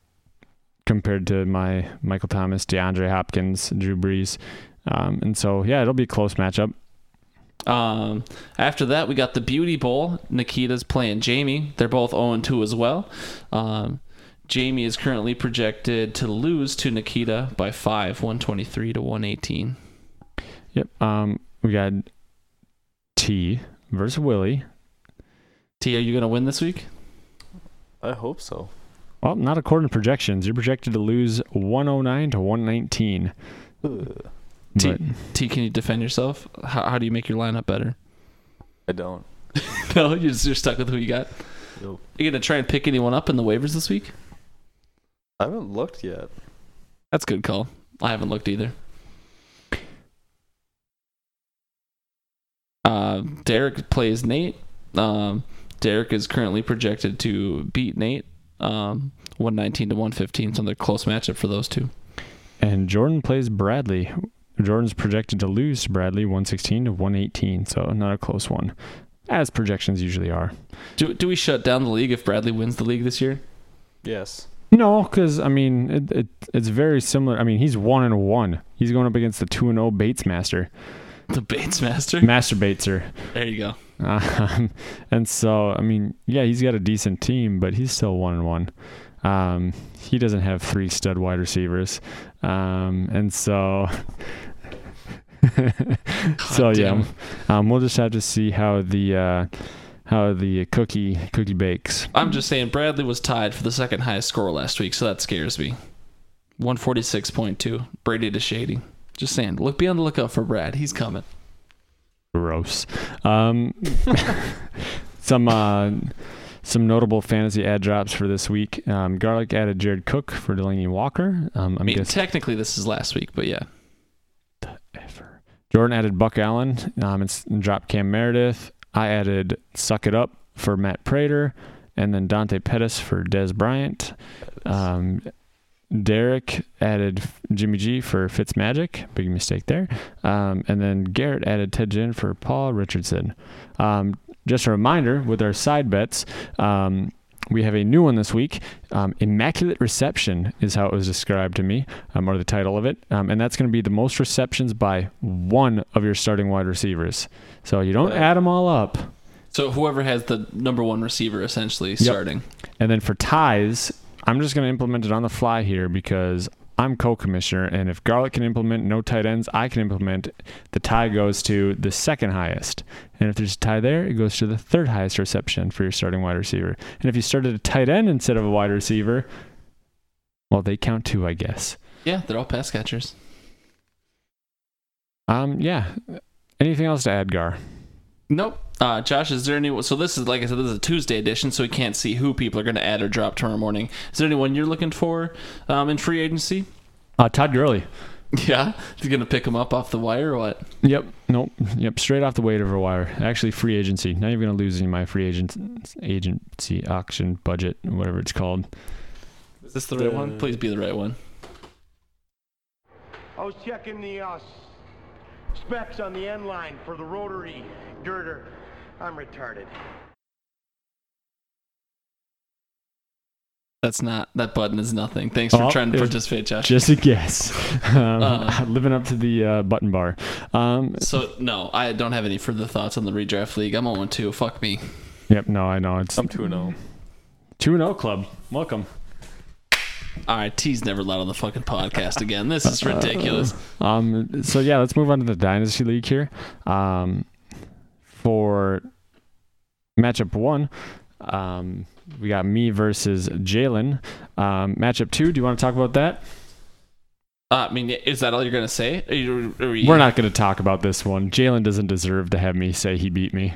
H: compared to my Michael Thomas, DeAndre Hopkins, Drew Brees. Um, and so yeah, it'll be a close matchup.
G: Um, after that, we got the Beauty Bowl. Nikita's playing Jamie. They're both 0 2 as well. Um, Jamie is currently projected to lose to Nikita by 5, 123 to 118.
H: Yep. Um, we got T versus Willie.
G: T, are you gonna win this week?
I: I hope so.
H: Well, not according to projections. You're projected to lose 109 to 119.
G: T,
H: But-
G: T, can you defend yourself? How, how do you make your lineup better?
I: I don't.
G: no, you're, just, you're stuck with who you got.
I: Nope.
G: You gonna try and pick anyone up in the waivers this week?
I: I haven't looked yet.
G: That's a good call. I haven't looked either. Uh, Derek plays Nate. Um, Derek is currently projected to beat Nate, um, one nineteen to one fifteen. So they're close matchup for those two.
H: And Jordan plays Bradley. Jordan's projected to lose to Bradley 116 to 118, so not a close one, as projections usually are.
G: Do do we shut down the league if Bradley wins the league this year?
I: Yes.
H: No, because I mean it, it, it's very similar. I mean he's one and one. He's going up against the two and zero Bates Master,
G: The Bates Master.
H: Master Bateser.
G: There you go.
H: Um, and so, I mean, yeah, he's got a decent team, but he's still one and one. Um, he doesn't have three stud wide receivers, um, and so, so
G: God
H: yeah,
G: damn.
H: um, we'll just have to see how the uh, how the cookie cookie bakes.
G: I'm just saying Bradley was tied for the second highest score last week, so that scares me. 146.2. Brady to Shady. Just saying. Look, be on the lookout for Brad. He's coming.
H: Gross. Um, some uh, some notable fantasy ad drops for this week. Um, Garlic added Jared Cook for Delaney Walker. Um,
G: I
H: I'm
G: mean,
H: guessing.
G: technically this is last week, but yeah.
H: Jordan added Buck Allen um, and s- and dropped Cam Meredith. I added Suck It Up for Matt Prater and then Dante Pettis for Des Bryant. Um, Derek added F- Jimmy G for Fitzmagic. Big mistake there. Um, and then Garrett added Ted Ginn for Paul Richardson. Um, just a reminder with our side bets. Um, we have a new one this week. Um, Immaculate reception is how it was described to me, um, or the title of it, um, and that's going to be the most receptions by one of your starting wide receivers. So you don't add them all up.
G: So whoever has the number one receiver essentially starting.
H: And then for ties, I'm just going to implement it on the fly here because I'm co-commissioner, and if Garlic can implement no tight ends, I can implement. The tie goes to the second highest, and if there's a tie there, it goes to the third highest reception for your starting wide receiver. And if you started a tight end instead of a wide receiver, well, they count too, I guess.
G: Yeah, they're all pass catchers.
H: Um, yeah. Anything else to add, Gar?
G: Nope. Uh, Josh, is there any? So this is like I said, this is a Tuesday edition, so we can't see who people are going to add or drop tomorrow morning. Is there anyone you're looking for um, in free agency?
H: Uh, Todd Gurley.
G: Yeah, you going to pick him up off the wire or what?
H: Yep. Nope. Yep. Straight off the waiver wire. Actually, free agency. Not even going to lose any of my free agent agency auction budget, whatever it's called.
G: Is this the right one? Please be the right one.
M: I was checking the uh, specs on the end line for the rotary girder. I'm retarded.
G: That's not. That button is nothing. Thanks for
H: Oh,
G: trying to
H: it-
G: participate, Josh.
H: Just a guess. Um,
G: Uh.
H: living up to the uh, button bar. Um,
G: so no, I don't have any further thoughts on the redraft league. I'm 0 2. Fuck me.
H: yep. No, I know. It's
I: I'm oh. 2 0.
H: 2 0 club. Welcome.
G: All right, T's never allowed on the fucking podcast again. This is ridiculous.
H: Um, so yeah, let's move on to the dynasty league here. Um, for matchup one. Um, we got me versus Jalen. Um, matchup two. Do you want to talk about that?
G: Uh, I mean, is that all you're gonna say? Are you- are we-
H: We're not going to talk about this one. Jalen doesn't deserve to have me say he beat me.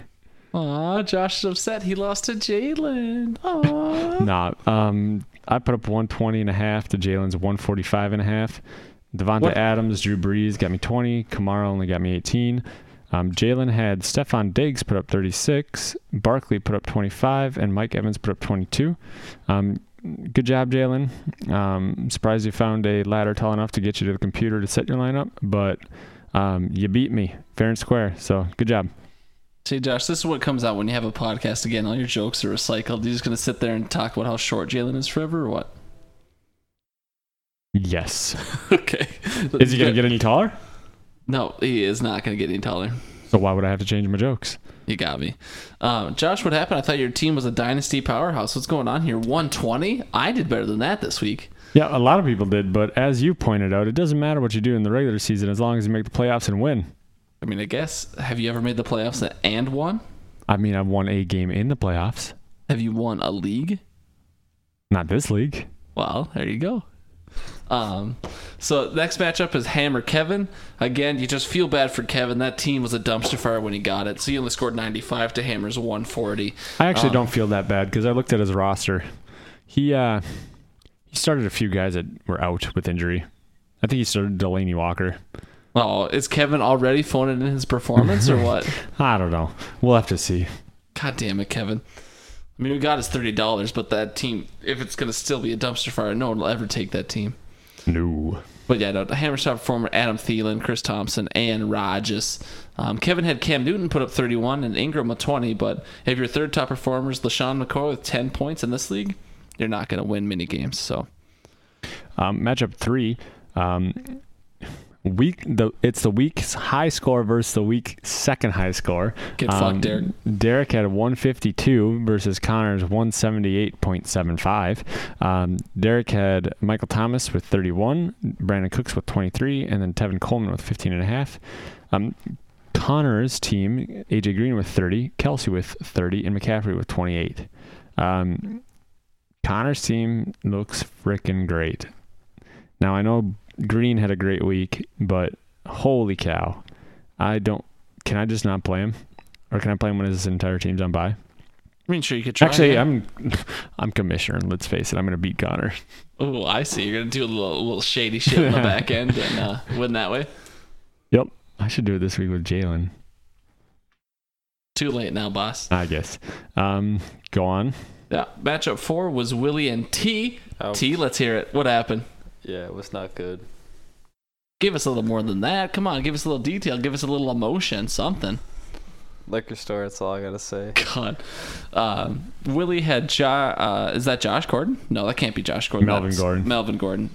G: Aw, Josh is upset. He lost to Jalen. Aw.
H: Nah. Um, I put up 120 and a half to Jalen's 145 and a half. Devonta
G: What-
H: Adams, Drew Brees got me 20. Kamara only got me 18. Um, Jalen had Stefan Diggs put up 36, Barkley put up 25, and Mike Evans put up 22. Um, good job, Jalen. Um, surprised you found a ladder tall enough to get you to the computer to set your lineup, but um, you beat me fair and square. So good job.
G: See, Josh, this is what comes out when you have a podcast again. All your jokes are recycled. You're just gonna sit there and talk about how short Jalen is forever, or what?
H: Yes.
G: okay.
H: Is he going to get any taller?
G: No, he is not gonna get any taller.
H: So why would I have to change my jokes?
G: You got me, um, Josh. What happened? I thought your team was a dynasty powerhouse. What's going on here? 120. I did better than that this week.
H: Yeah, a lot of people did, but as you pointed out, it doesn't matter what you do in the regular season as long as you make the playoffs and win.
G: I mean, I guess. Have you ever made the playoffs and won?
H: I mean, I've won a game in the playoffs,
G: Have you won a league?
H: not this league.
G: Well, there you go. Um, so next matchup is Hammer Kevin. Again, you just feel bad for Kevin. That team was a dumpster fire when he got it. So he only scored 95 to Hammer's 140.
H: I actually
G: Um,
H: don't feel that bad because I looked at his roster. He uh, he started a few guys that were out with injury. I think he started Delaney Walker.
G: Oh, is Kevin already phoning in his performance or what?
H: I don't know. We'll have to see.
G: God damn it, Kevin. I mean, we got his thirty dollars, but that team—if it's gonna still be a dumpster fire, no one will ever take that team.
H: No.
G: But yeah, no, the hammer shot performer Adam Thielen, Chris Thompson, and Rodges. Um, Kevin had Cam Newton put up 31 and Ingram with 20, but if your third top performer is LaShawn McCoy with 10 points in this league, you're not going to win many games. So
H: Um, matchup three, um, week the it's the week's high score versus the week second high score. Um,
G: Get fucked, Derek.
H: Derek had 152 versus Connor's 178.75. Um, Derek had Michael Thomas with 31, Brandon Cooks with 23, and then Tevin Coleman with 15 and a half. Um, Connor's team, AJ Green with 30, Kelsey with 30, and McCaffrey with 28. Um, Connor's team looks freaking great. Now I know Green had a great week, but holy cow, I don't. Can I just not play him, or can I play him when his entire team's on bye?
G: I mean, sure you could try.
H: Actually,
G: yeah.
H: I'm I'm commissioner. Let's face it, I'm gonna beat Connor.
G: Oh, I see. You're going to do a little, little shady shit in the back end and uh, win that way.
H: Yep, I should do it this week with Jalen.
G: Too late now, boss.
H: I guess. Um, go on.
G: Yeah. Matchup four was Willie and T.
I: Ouch.
G: T, let's hear it. What happened?
I: Yeah, it was not good.
G: Give us a little more than that. Come on, give us a little detail. Give us a little emotion, something.
I: Liquor store. That's all I gotta say.
G: God. Um, Willie had jo- uh, is that Josh Gordon? No, that can't be Josh Gordon.
H: Melvin
G: That's
H: Gordon.
G: Melvin Gordon.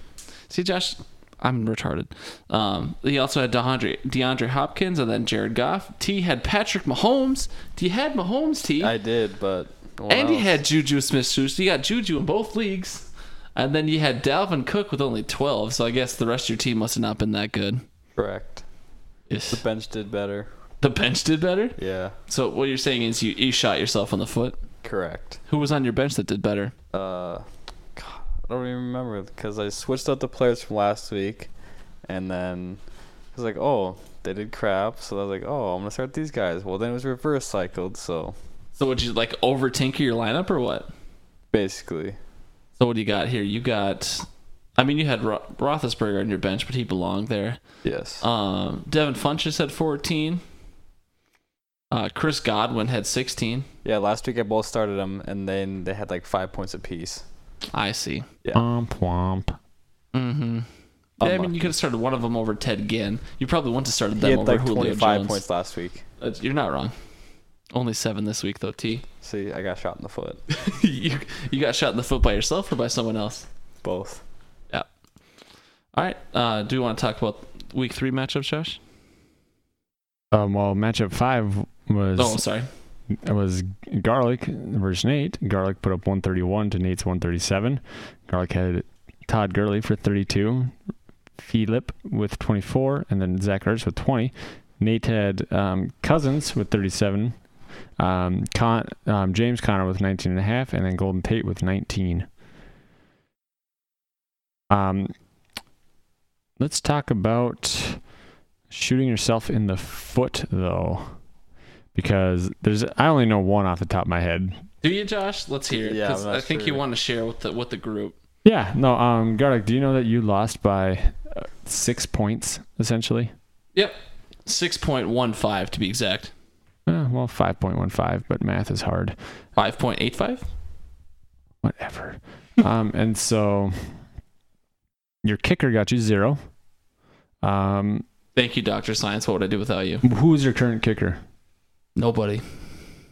G: See, Josh, I'm retarded. Um, he also had DeAndre, DeAndre Hopkins and then Jared Goff. T had Patrick Mahomes. T had Mahomes, T.
I: I did, but no one
G: and he
I: else.
G: had Juju Smith Schuster. You got Juju in both leagues. And then you had Dalvin Cook with only 12. So I guess the rest of your team must have not been that good.
I: correct. The bench did better.
G: The bench did better?
I: Yeah,
G: So what you're saying is you, you shot yourself in the foot?
I: correct.
G: Who was on your bench that did better?
I: Uh, God, I don't even remember because I switched out the players from last week, and then I was like, oh, they did crap. So I was like, oh, I'm gonna start these guys. Well, then it was reverse cycled. So
G: So would you like over tinker your lineup or what?
I: basically,
G: So what do you got here? You got, I mean, you had Ro- Roethlisberger on your bench, but he belonged there.
I: yes.
G: Um, Devin Funches had 14. Uh, Chris Godwin had 16.
I: Yeah, last week I both started them, and then they had like five points apiece.
G: I see.
I: Yeah.
H: Womp womp.
G: Mm-hmm. Yeah, I mean, you could have started one of them over Ted Ginn. You probably wouldn't have started
I: He
G: them
I: had
G: over
I: like
G: Julio
I: 25
G: Jones.
I: points last week.
G: Uh, You're not wrong. Only seven this week though. T.
I: See, I got shot in the foot.
G: you you got shot in the foot by yourself or by someone else?
I: Both.
G: Yeah. All right. Uh, do you want to talk about week three matchup, Josh?
H: Um, well, matchup five was.
G: Oh, I'm sorry.
H: It was Garlic versus Nate. Garlic put up 131 to Nate's 137. Garlic had Todd Gurley for 32, Philip with 24, and then Zach Ertz with 20. Nate had um, Cousins with 37, um, Con- um, James Conner with 19 and a half, and then Golden Tate with 19. Um, let's talk about shooting yourself in the foot, though, because there's I only know one off the top of my head.
G: Do you, Josh? Let's hear it.
H: Yeah,
G: 'cause
H: I'm not
G: I think you
H: sure.
G: want to share with the with the group.
H: Yeah, no, um, Garlic, do you know that you lost by uh, six points essentially?
G: Yep, six point one five to be exact.
H: Uh, well, five point one five, but math is hard.
G: Five point eight five.
H: Whatever. um, and so your kicker got you zero. Um,
G: Thank you, Doctor Science. What would I do without you?
H: who is your current kicker?
G: Nobody.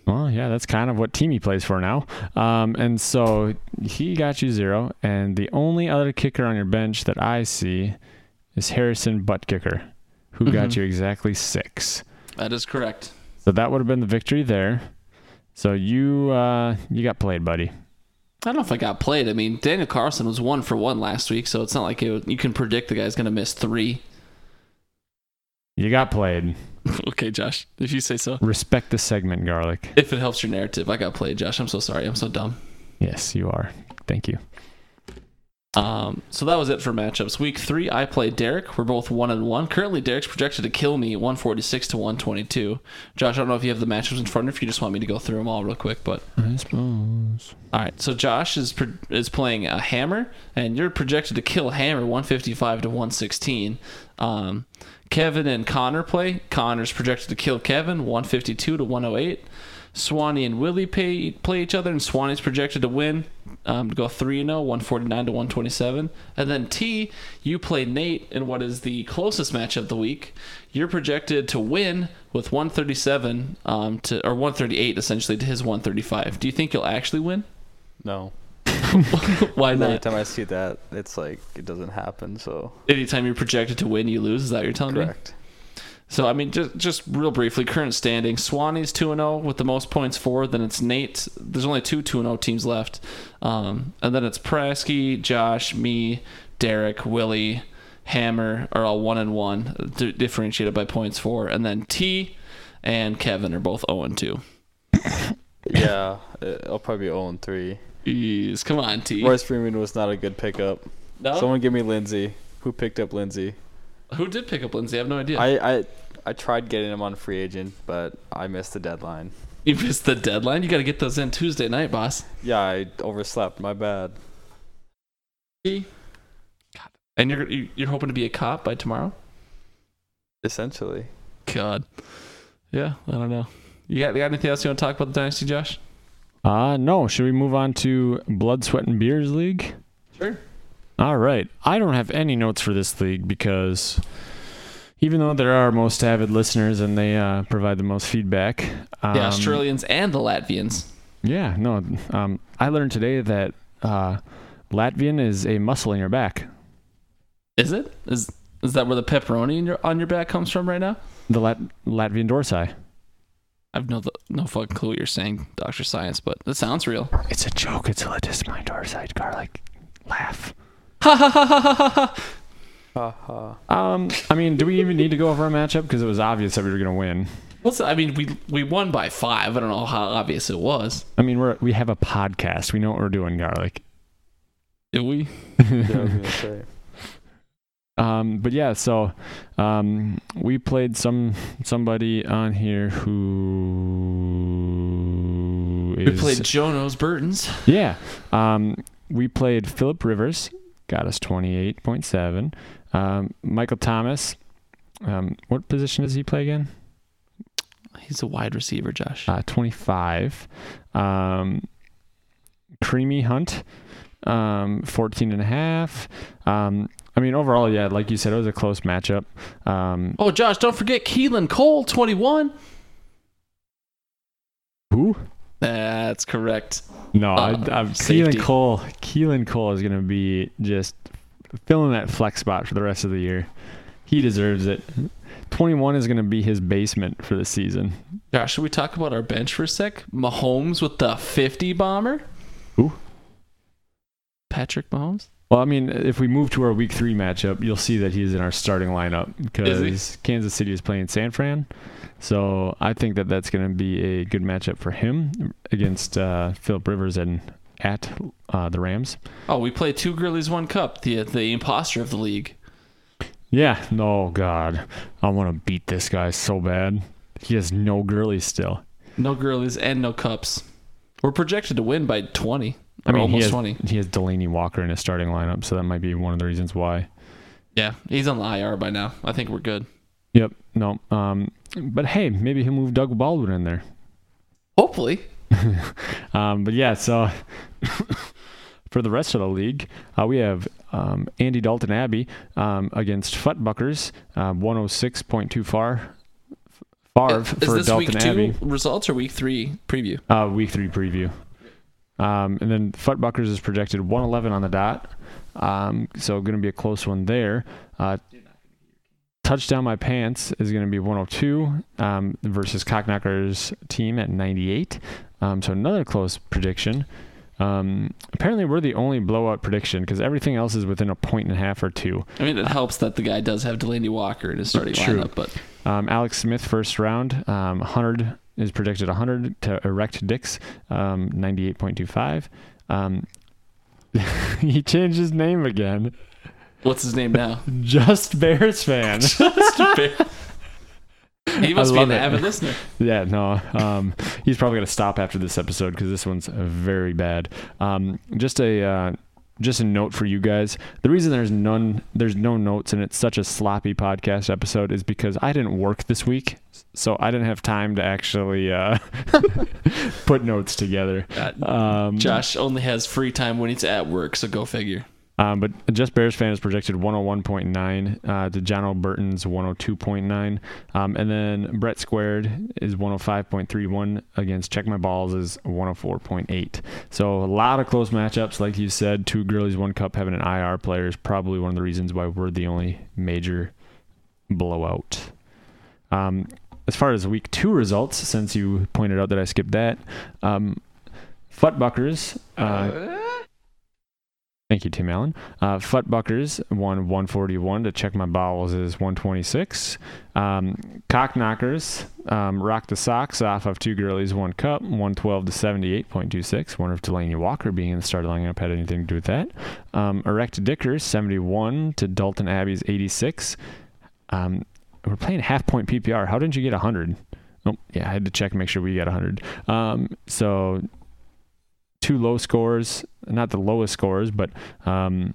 H: Well, yeah, that's kind of what team he plays for now. Um, and so he got you zero, and the only other kicker on your bench that I see is Harrison Butt Kicker, who got
G: Mhm.
H: you exactly six.
G: That is correct.
H: So that would have been the victory there. So you uh, you got played, buddy.
G: I don't know if I got played. I mean, Daniel Carlson was one for one last week, so it's not like it would, you can predict the guy's going to miss three.
H: You got played.
G: okay, Josh, if you say so.
H: Respect the segment, garlic.
G: If it helps your narrative, I got played, Josh. I'm so sorry. I'm so dumb.
H: Yes, you are. Thank you.
G: Um, so that was it for matchups. Week three, I play Derek. We're both one and one. Currently, Derek's projected to kill me 146 to 122. Josh, I don't know if you have the matchups in front, or if you just want me to go through them all real quick. But
H: I suppose.
G: all right, so Josh is pro- is playing a Hammer, and you're projected to kill Hammer 155 to 116. Um, Kevin and Connor play. Connor's projected to kill Kevin 152 to 108. Swanee and Willie pay, play each other, and Swanee's projected to win, um, to go 3 0, 149 to 127. And then T, you play Nate in what is the closest match of the week. You're projected to win with 137 um, to or 138 essentially to his 135. Do you think you'll actually win?
I: No.
G: Why
I: Every
G: not?
I: time I see that, it's like it doesn't happen. So
G: Anytime you're projected to win, you lose. Is that what you're telling me?
I: correct.
G: So I mean, just just real briefly, current standing: Swanee's two and zero with the most points for. Then it's Nate. There's only two two and zero teams left, um, and then it's Prasky, Josh, me, Derek, Willie, Hammer are all one and one, di- differentiated by points for. And then T and Kevin are both zero and two.
I: Yeah, it- I'll probably be 0 and 3.
G: Jeez, come on, T.
I: Royce Freeman was not a good pickup.
G: No?
I: Someone give me Lindsey. Who picked up Lindsey?
G: Who did pick up Lindsay? I have no idea.
I: I, I I tried getting him on free agent, but I missed the deadline.
G: you missed the deadline. You got to get those in Tuesday night, boss.
I: Yeah, I overslept. My bad.
G: T. And you're you- you're hoping to be a cop by tomorrow?
I: Essentially.
G: God. Yeah, I don't know. You got, you got anything else you want to talk about the dynasty, Josh?
H: Uh no, should we move on to Blood, Sweat and Beers League?
G: Sure.
H: All right. I don't have any notes for this league because even though there are most avid listeners and they uh, provide the most feedback, um,
G: The Australians and the Latvians.
H: Yeah, no. Um, I learned today that uh, Latvian is a muscle in your back.
G: Is it? Is is that where the pepperoni in your, on your back comes from right now?
H: The Lat- Latvian dorsi.
G: I've no no fucking clue what you're saying, Doctor Science, but that sounds real.
H: It's a joke. It's a lettuce. My dorsi garlic. Laugh.
G: Ha ha ha ha ha ha.
I: Haha.
H: Um, I mean, do we even need to go over a matchup because it was obvious that we were going to win?
G: What's I mean we we won by five. I don't know how obvious it was.
H: I mean, we're we have a podcast. We know what we're doing, garlic.
G: Did we?
I: Yeah, I was gonna say.
H: Um, but yeah, so um, we played some somebody on here who
G: We
H: is-
G: played Jonos Burtons.
H: Yeah, um, we played Philip Rivers, got us twenty eight point seven. Um, Michael Thomas, um, what position does he play again?
G: He's a wide receiver, Josh.
H: Uh, twenty five. Um, Creamy Hunt, um, 14 and a half. Um, I mean, overall, yeah, like you said, it was a close matchup. Um,
G: Oh, Josh, don't forget Keelan Cole, 21.
H: who?
G: That's correct.
H: No, I,
G: Uh,
H: I'm
G: safety.
H: Keelan Cole. Keelan Cole is going to be just filling that flex spot for the rest of the year. He deserves it. 21 is going to be his basement for the season.
G: Josh, should we talk about our bench for a sec? Mahomes with the 50 bomber.
H: Who?
G: Patrick Mahomes.
H: Well, I mean, if we move to our week three matchup, you'll see that he's in our starting lineup because Kansas City is playing San Fran. So I think that that's going to be a good matchup for him against uh, Philip Rivers and at uh, the Rams.
G: Oh, we play two girlies, one cup. The the imposter of the league.
H: Yeah. No, God, I want to beat this guy so bad. He has no girlies still.
G: No girlies and no cups. We're projected to win by twenty.
H: I mean,
G: almost
H: he has,
G: twenty.
H: he has Delaney Walker in his starting lineup, so that might be one of the reasons why.
G: Yeah, he's on the IR by now. I think we're good.
H: Yep. No. Um. But hey, maybe he'll move Doug Baldwin in there.
G: Hopefully.
H: um. But yeah. So for the rest of the league, uh, we have um, Andy Dalton Abbey um, against Futbuckers, um, 106.2 far. Favre
G: Uh, Is
H: for
G: this
H: Dalton
G: week two
H: Abbey.
G: results or week three preview?
H: Uh, week three preview. Um, and then Futbuckers is projected 111 on the dot. Um, so going to be a close one there. Uh, Touchdown My Pants is going to be 102 um, versus Cockknocker's team at 98. Um, so another close prediction. Um, apparently, we're the only blowout prediction because everything else is within a point and a half or two.
G: I mean, it helps that the guy does have Delaney Walker in his starting lineup, but
H: um, Alex Smith first round, um, 100 is projected 100 to erect dicks, um, 98.25. Um, he changed his name again.
G: what's his name now?
H: Just Bears fan.
G: he must
H: I
G: be an
H: love it.
G: avid listener.
H: Yeah, no. Um, he's probably gonna stop after this episode because this one's very bad. Um, just a uh, just a note for you guys. The reason there's none, there's no notes, and it's such a sloppy podcast episode is because I didn't work this week, so I didn't have time to actually uh, put notes together. Um,
G: Josh only has free time when he's at work, so go figure.
H: um, but Just Bears fan is projected 101.9 uh, to John oh O'Burton's 102.9. Um, and then Brett Squared is 105.31 against Check My Balls is 104.8. So a lot of close matchups. Like you said, two girlies, one cup having an IR player is probably one of the reasons why we're the only major blowout. Um, as far as week two results, since you pointed out that I skipped that, um, Futbuckers. Uh, Thank you, Tim Allen. Uh, Futbuckers won 141 to check my bowels is 126. Um, Cockknockers um, rocked the socks off of two girlies, one cup, 112 to 78.26. Wonder if Delaney Walker being in the starting lineup had anything to do with that. Um, Erect Dickers 71 to Dalton Abbey's 86. Um, we're playing half point PPR. How didn't you get 100? Nope. Yeah, I had to check and make sure we got 100. Um, so two low scores, not the lowest scores, but um,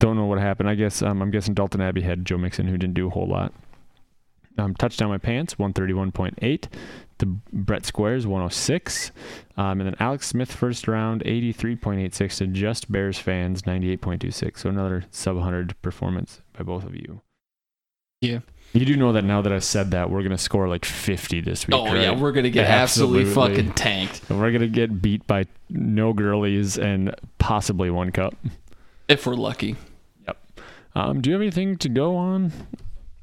H: don't know what happened. I guess um, I'm guessing Dalton Abbey had Joe Mixon, who didn't do a whole lot. Um, touchdown my pants, 131.8. The Brett Squares, 106. Um, and then Alex Smith, first round, 83.86 to just Bears fans, 98.26. So another sub 100 performance by both of you.
G: Yeah.
H: You do know that now that I said that, we're going to score like 50 this week.
G: Oh,
H: right?
G: yeah, we're gonna get absolutely fucking tanked.
H: And we're going to get beat by no girlies and possibly one cup.
G: If we're lucky.
H: Yep. Um, do you have anything to go on?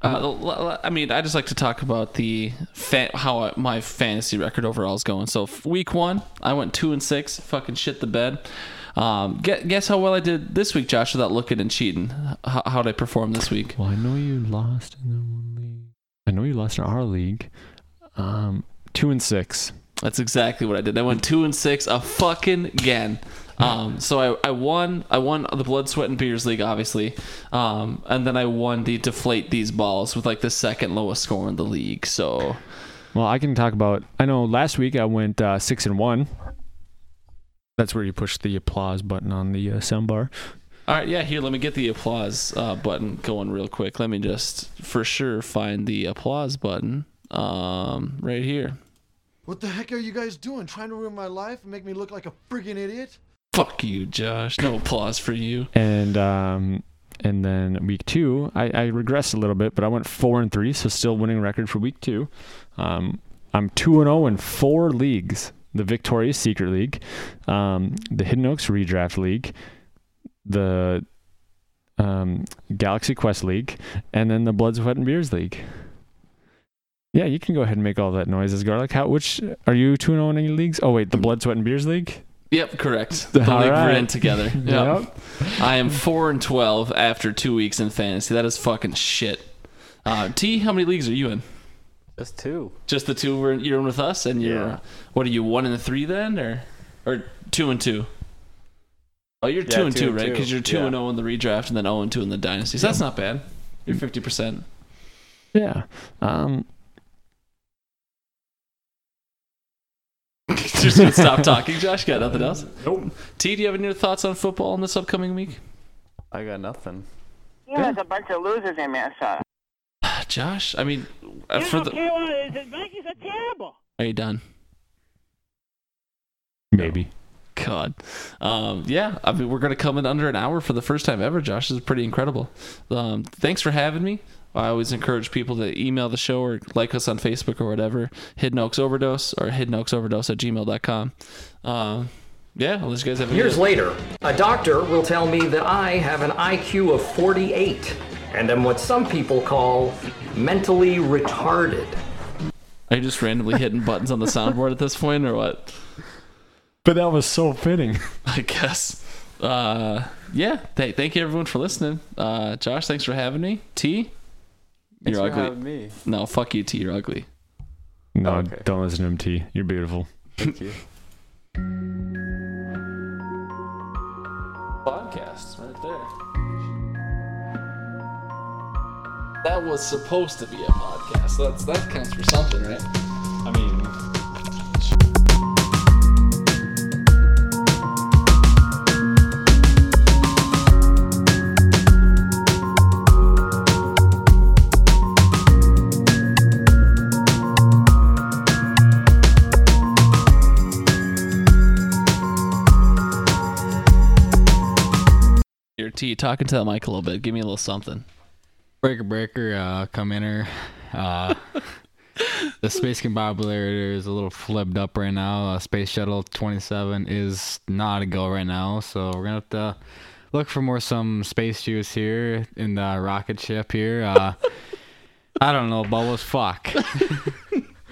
G: Uh, l- l- I mean, I just like to talk about the fa- how I, my fantasy record overall is going. So f- week one, I went two and six, fucking shit the bed. Um, gue- guess how well I did this week, Josh, without looking and cheating. H- how did I perform this week?
H: Well, I know you lost in the one league. I know you lost in our league. Um, two and six.
G: That's exactly what I did. I went two and six a fucking again. Um, so I, I won I won the Blood Sweat and Beers League obviously, um, and then I won the Deflate These Balls with like the second lowest score in the league. So
H: Well, I can talk about. I know last week I went uh, six and one. That's where you push the applause button on the uh, soundbar.
G: All right, yeah, here, let me get the applause uh, button going real quick. Let me just for sure find the applause button um, right here.
N: What the heck are you guys doing? Trying to ruin my life and make me look like a friggin' idiot?
G: Fuck you, Josh. No applause for you.
H: And um, and then week two, I, I regressed a little bit, but I went four and three, so still winning record for week two. Um, I'm two and zero in four leagues: the Victoria's Secret League, um, the Hidden Oaks Redraft League, the um, Galaxy Quest League, and then the Blood, Sweat, and Beers League. Yeah, Oh, you can go ahead and make all that noises, garlic. How? Which are you two and zero in any leagues? Oh wait, the Blood, Sweat, and Beers League.
G: Yep, correct. The
H: All
G: league
H: right.
G: we're in together. Yep. I am four and twelve after two weeks in fantasy. That is fucking shit. Uh, T, how many leagues are you in?
I: Just two.
G: Just the two we're, you're in with us, and you're what are you one and three then, or or two and two? Oh, you're
I: Yeah,
G: two and
I: two
G: 2
I: and
G: right?
I: two.
G: Because you're two
I: Yeah. Mm.
G: and zero in the redraft, and then zero and two in the dynasty. So that's not bad. You're fifty percent.
H: Yeah. Um,
G: Just gonna stop talking, Josh. Got nothing else. Nope. T, do you have any thoughts on football in this upcoming week?
I: I got nothing.
K: You has a bunch of losers in Minnesota.
G: Ah, Josh, I mean, uh, for the
K: Carolina, the Vikings are terrible.
G: are you done?
H: Maybe.
G: God. Um, yeah, I mean, we're going to come in under an hour for the first time ever, Josh. This is pretty incredible. Um, thanks for having me. I always encourage people to email the show or like us on Facebook or whatever, Hidden Oaks Overdose or Hidden Oaks Overdose at gmail.com. Um, yeah, unless you guys have
O: Years later, a doctor will tell me that I have an IQ of 48 and am what some people call mentally retarded.
G: Are you just randomly hitting buttons on the soundboard at this point or what?
H: but that was so fitting.
G: I guess. Uh, yeah, th- thank you everyone for listening. Uh, Josh, thanks for having me. T,
I: Thanks
G: you're
I: for
G: ugly.
I: having me.
G: No, fuck you, T, you're ugly.
H: No, don't listen to him, T. You're beautiful.
I: Thank you.
G: Podcasts right there. That was supposed to be a podcast. That's that counts for something, right? I mean. Your T, talking to that mic a little bit. Give me a little something.
P: Breaker breaker, uh, come in her. Uh, the space combobulator is a little flipped up right now. Uh, space shuttle 27 is not a go right now, so we're gonna have to look for more some space juice here in the rocket ship here. Uh, I don't know, bubbles. Fuck.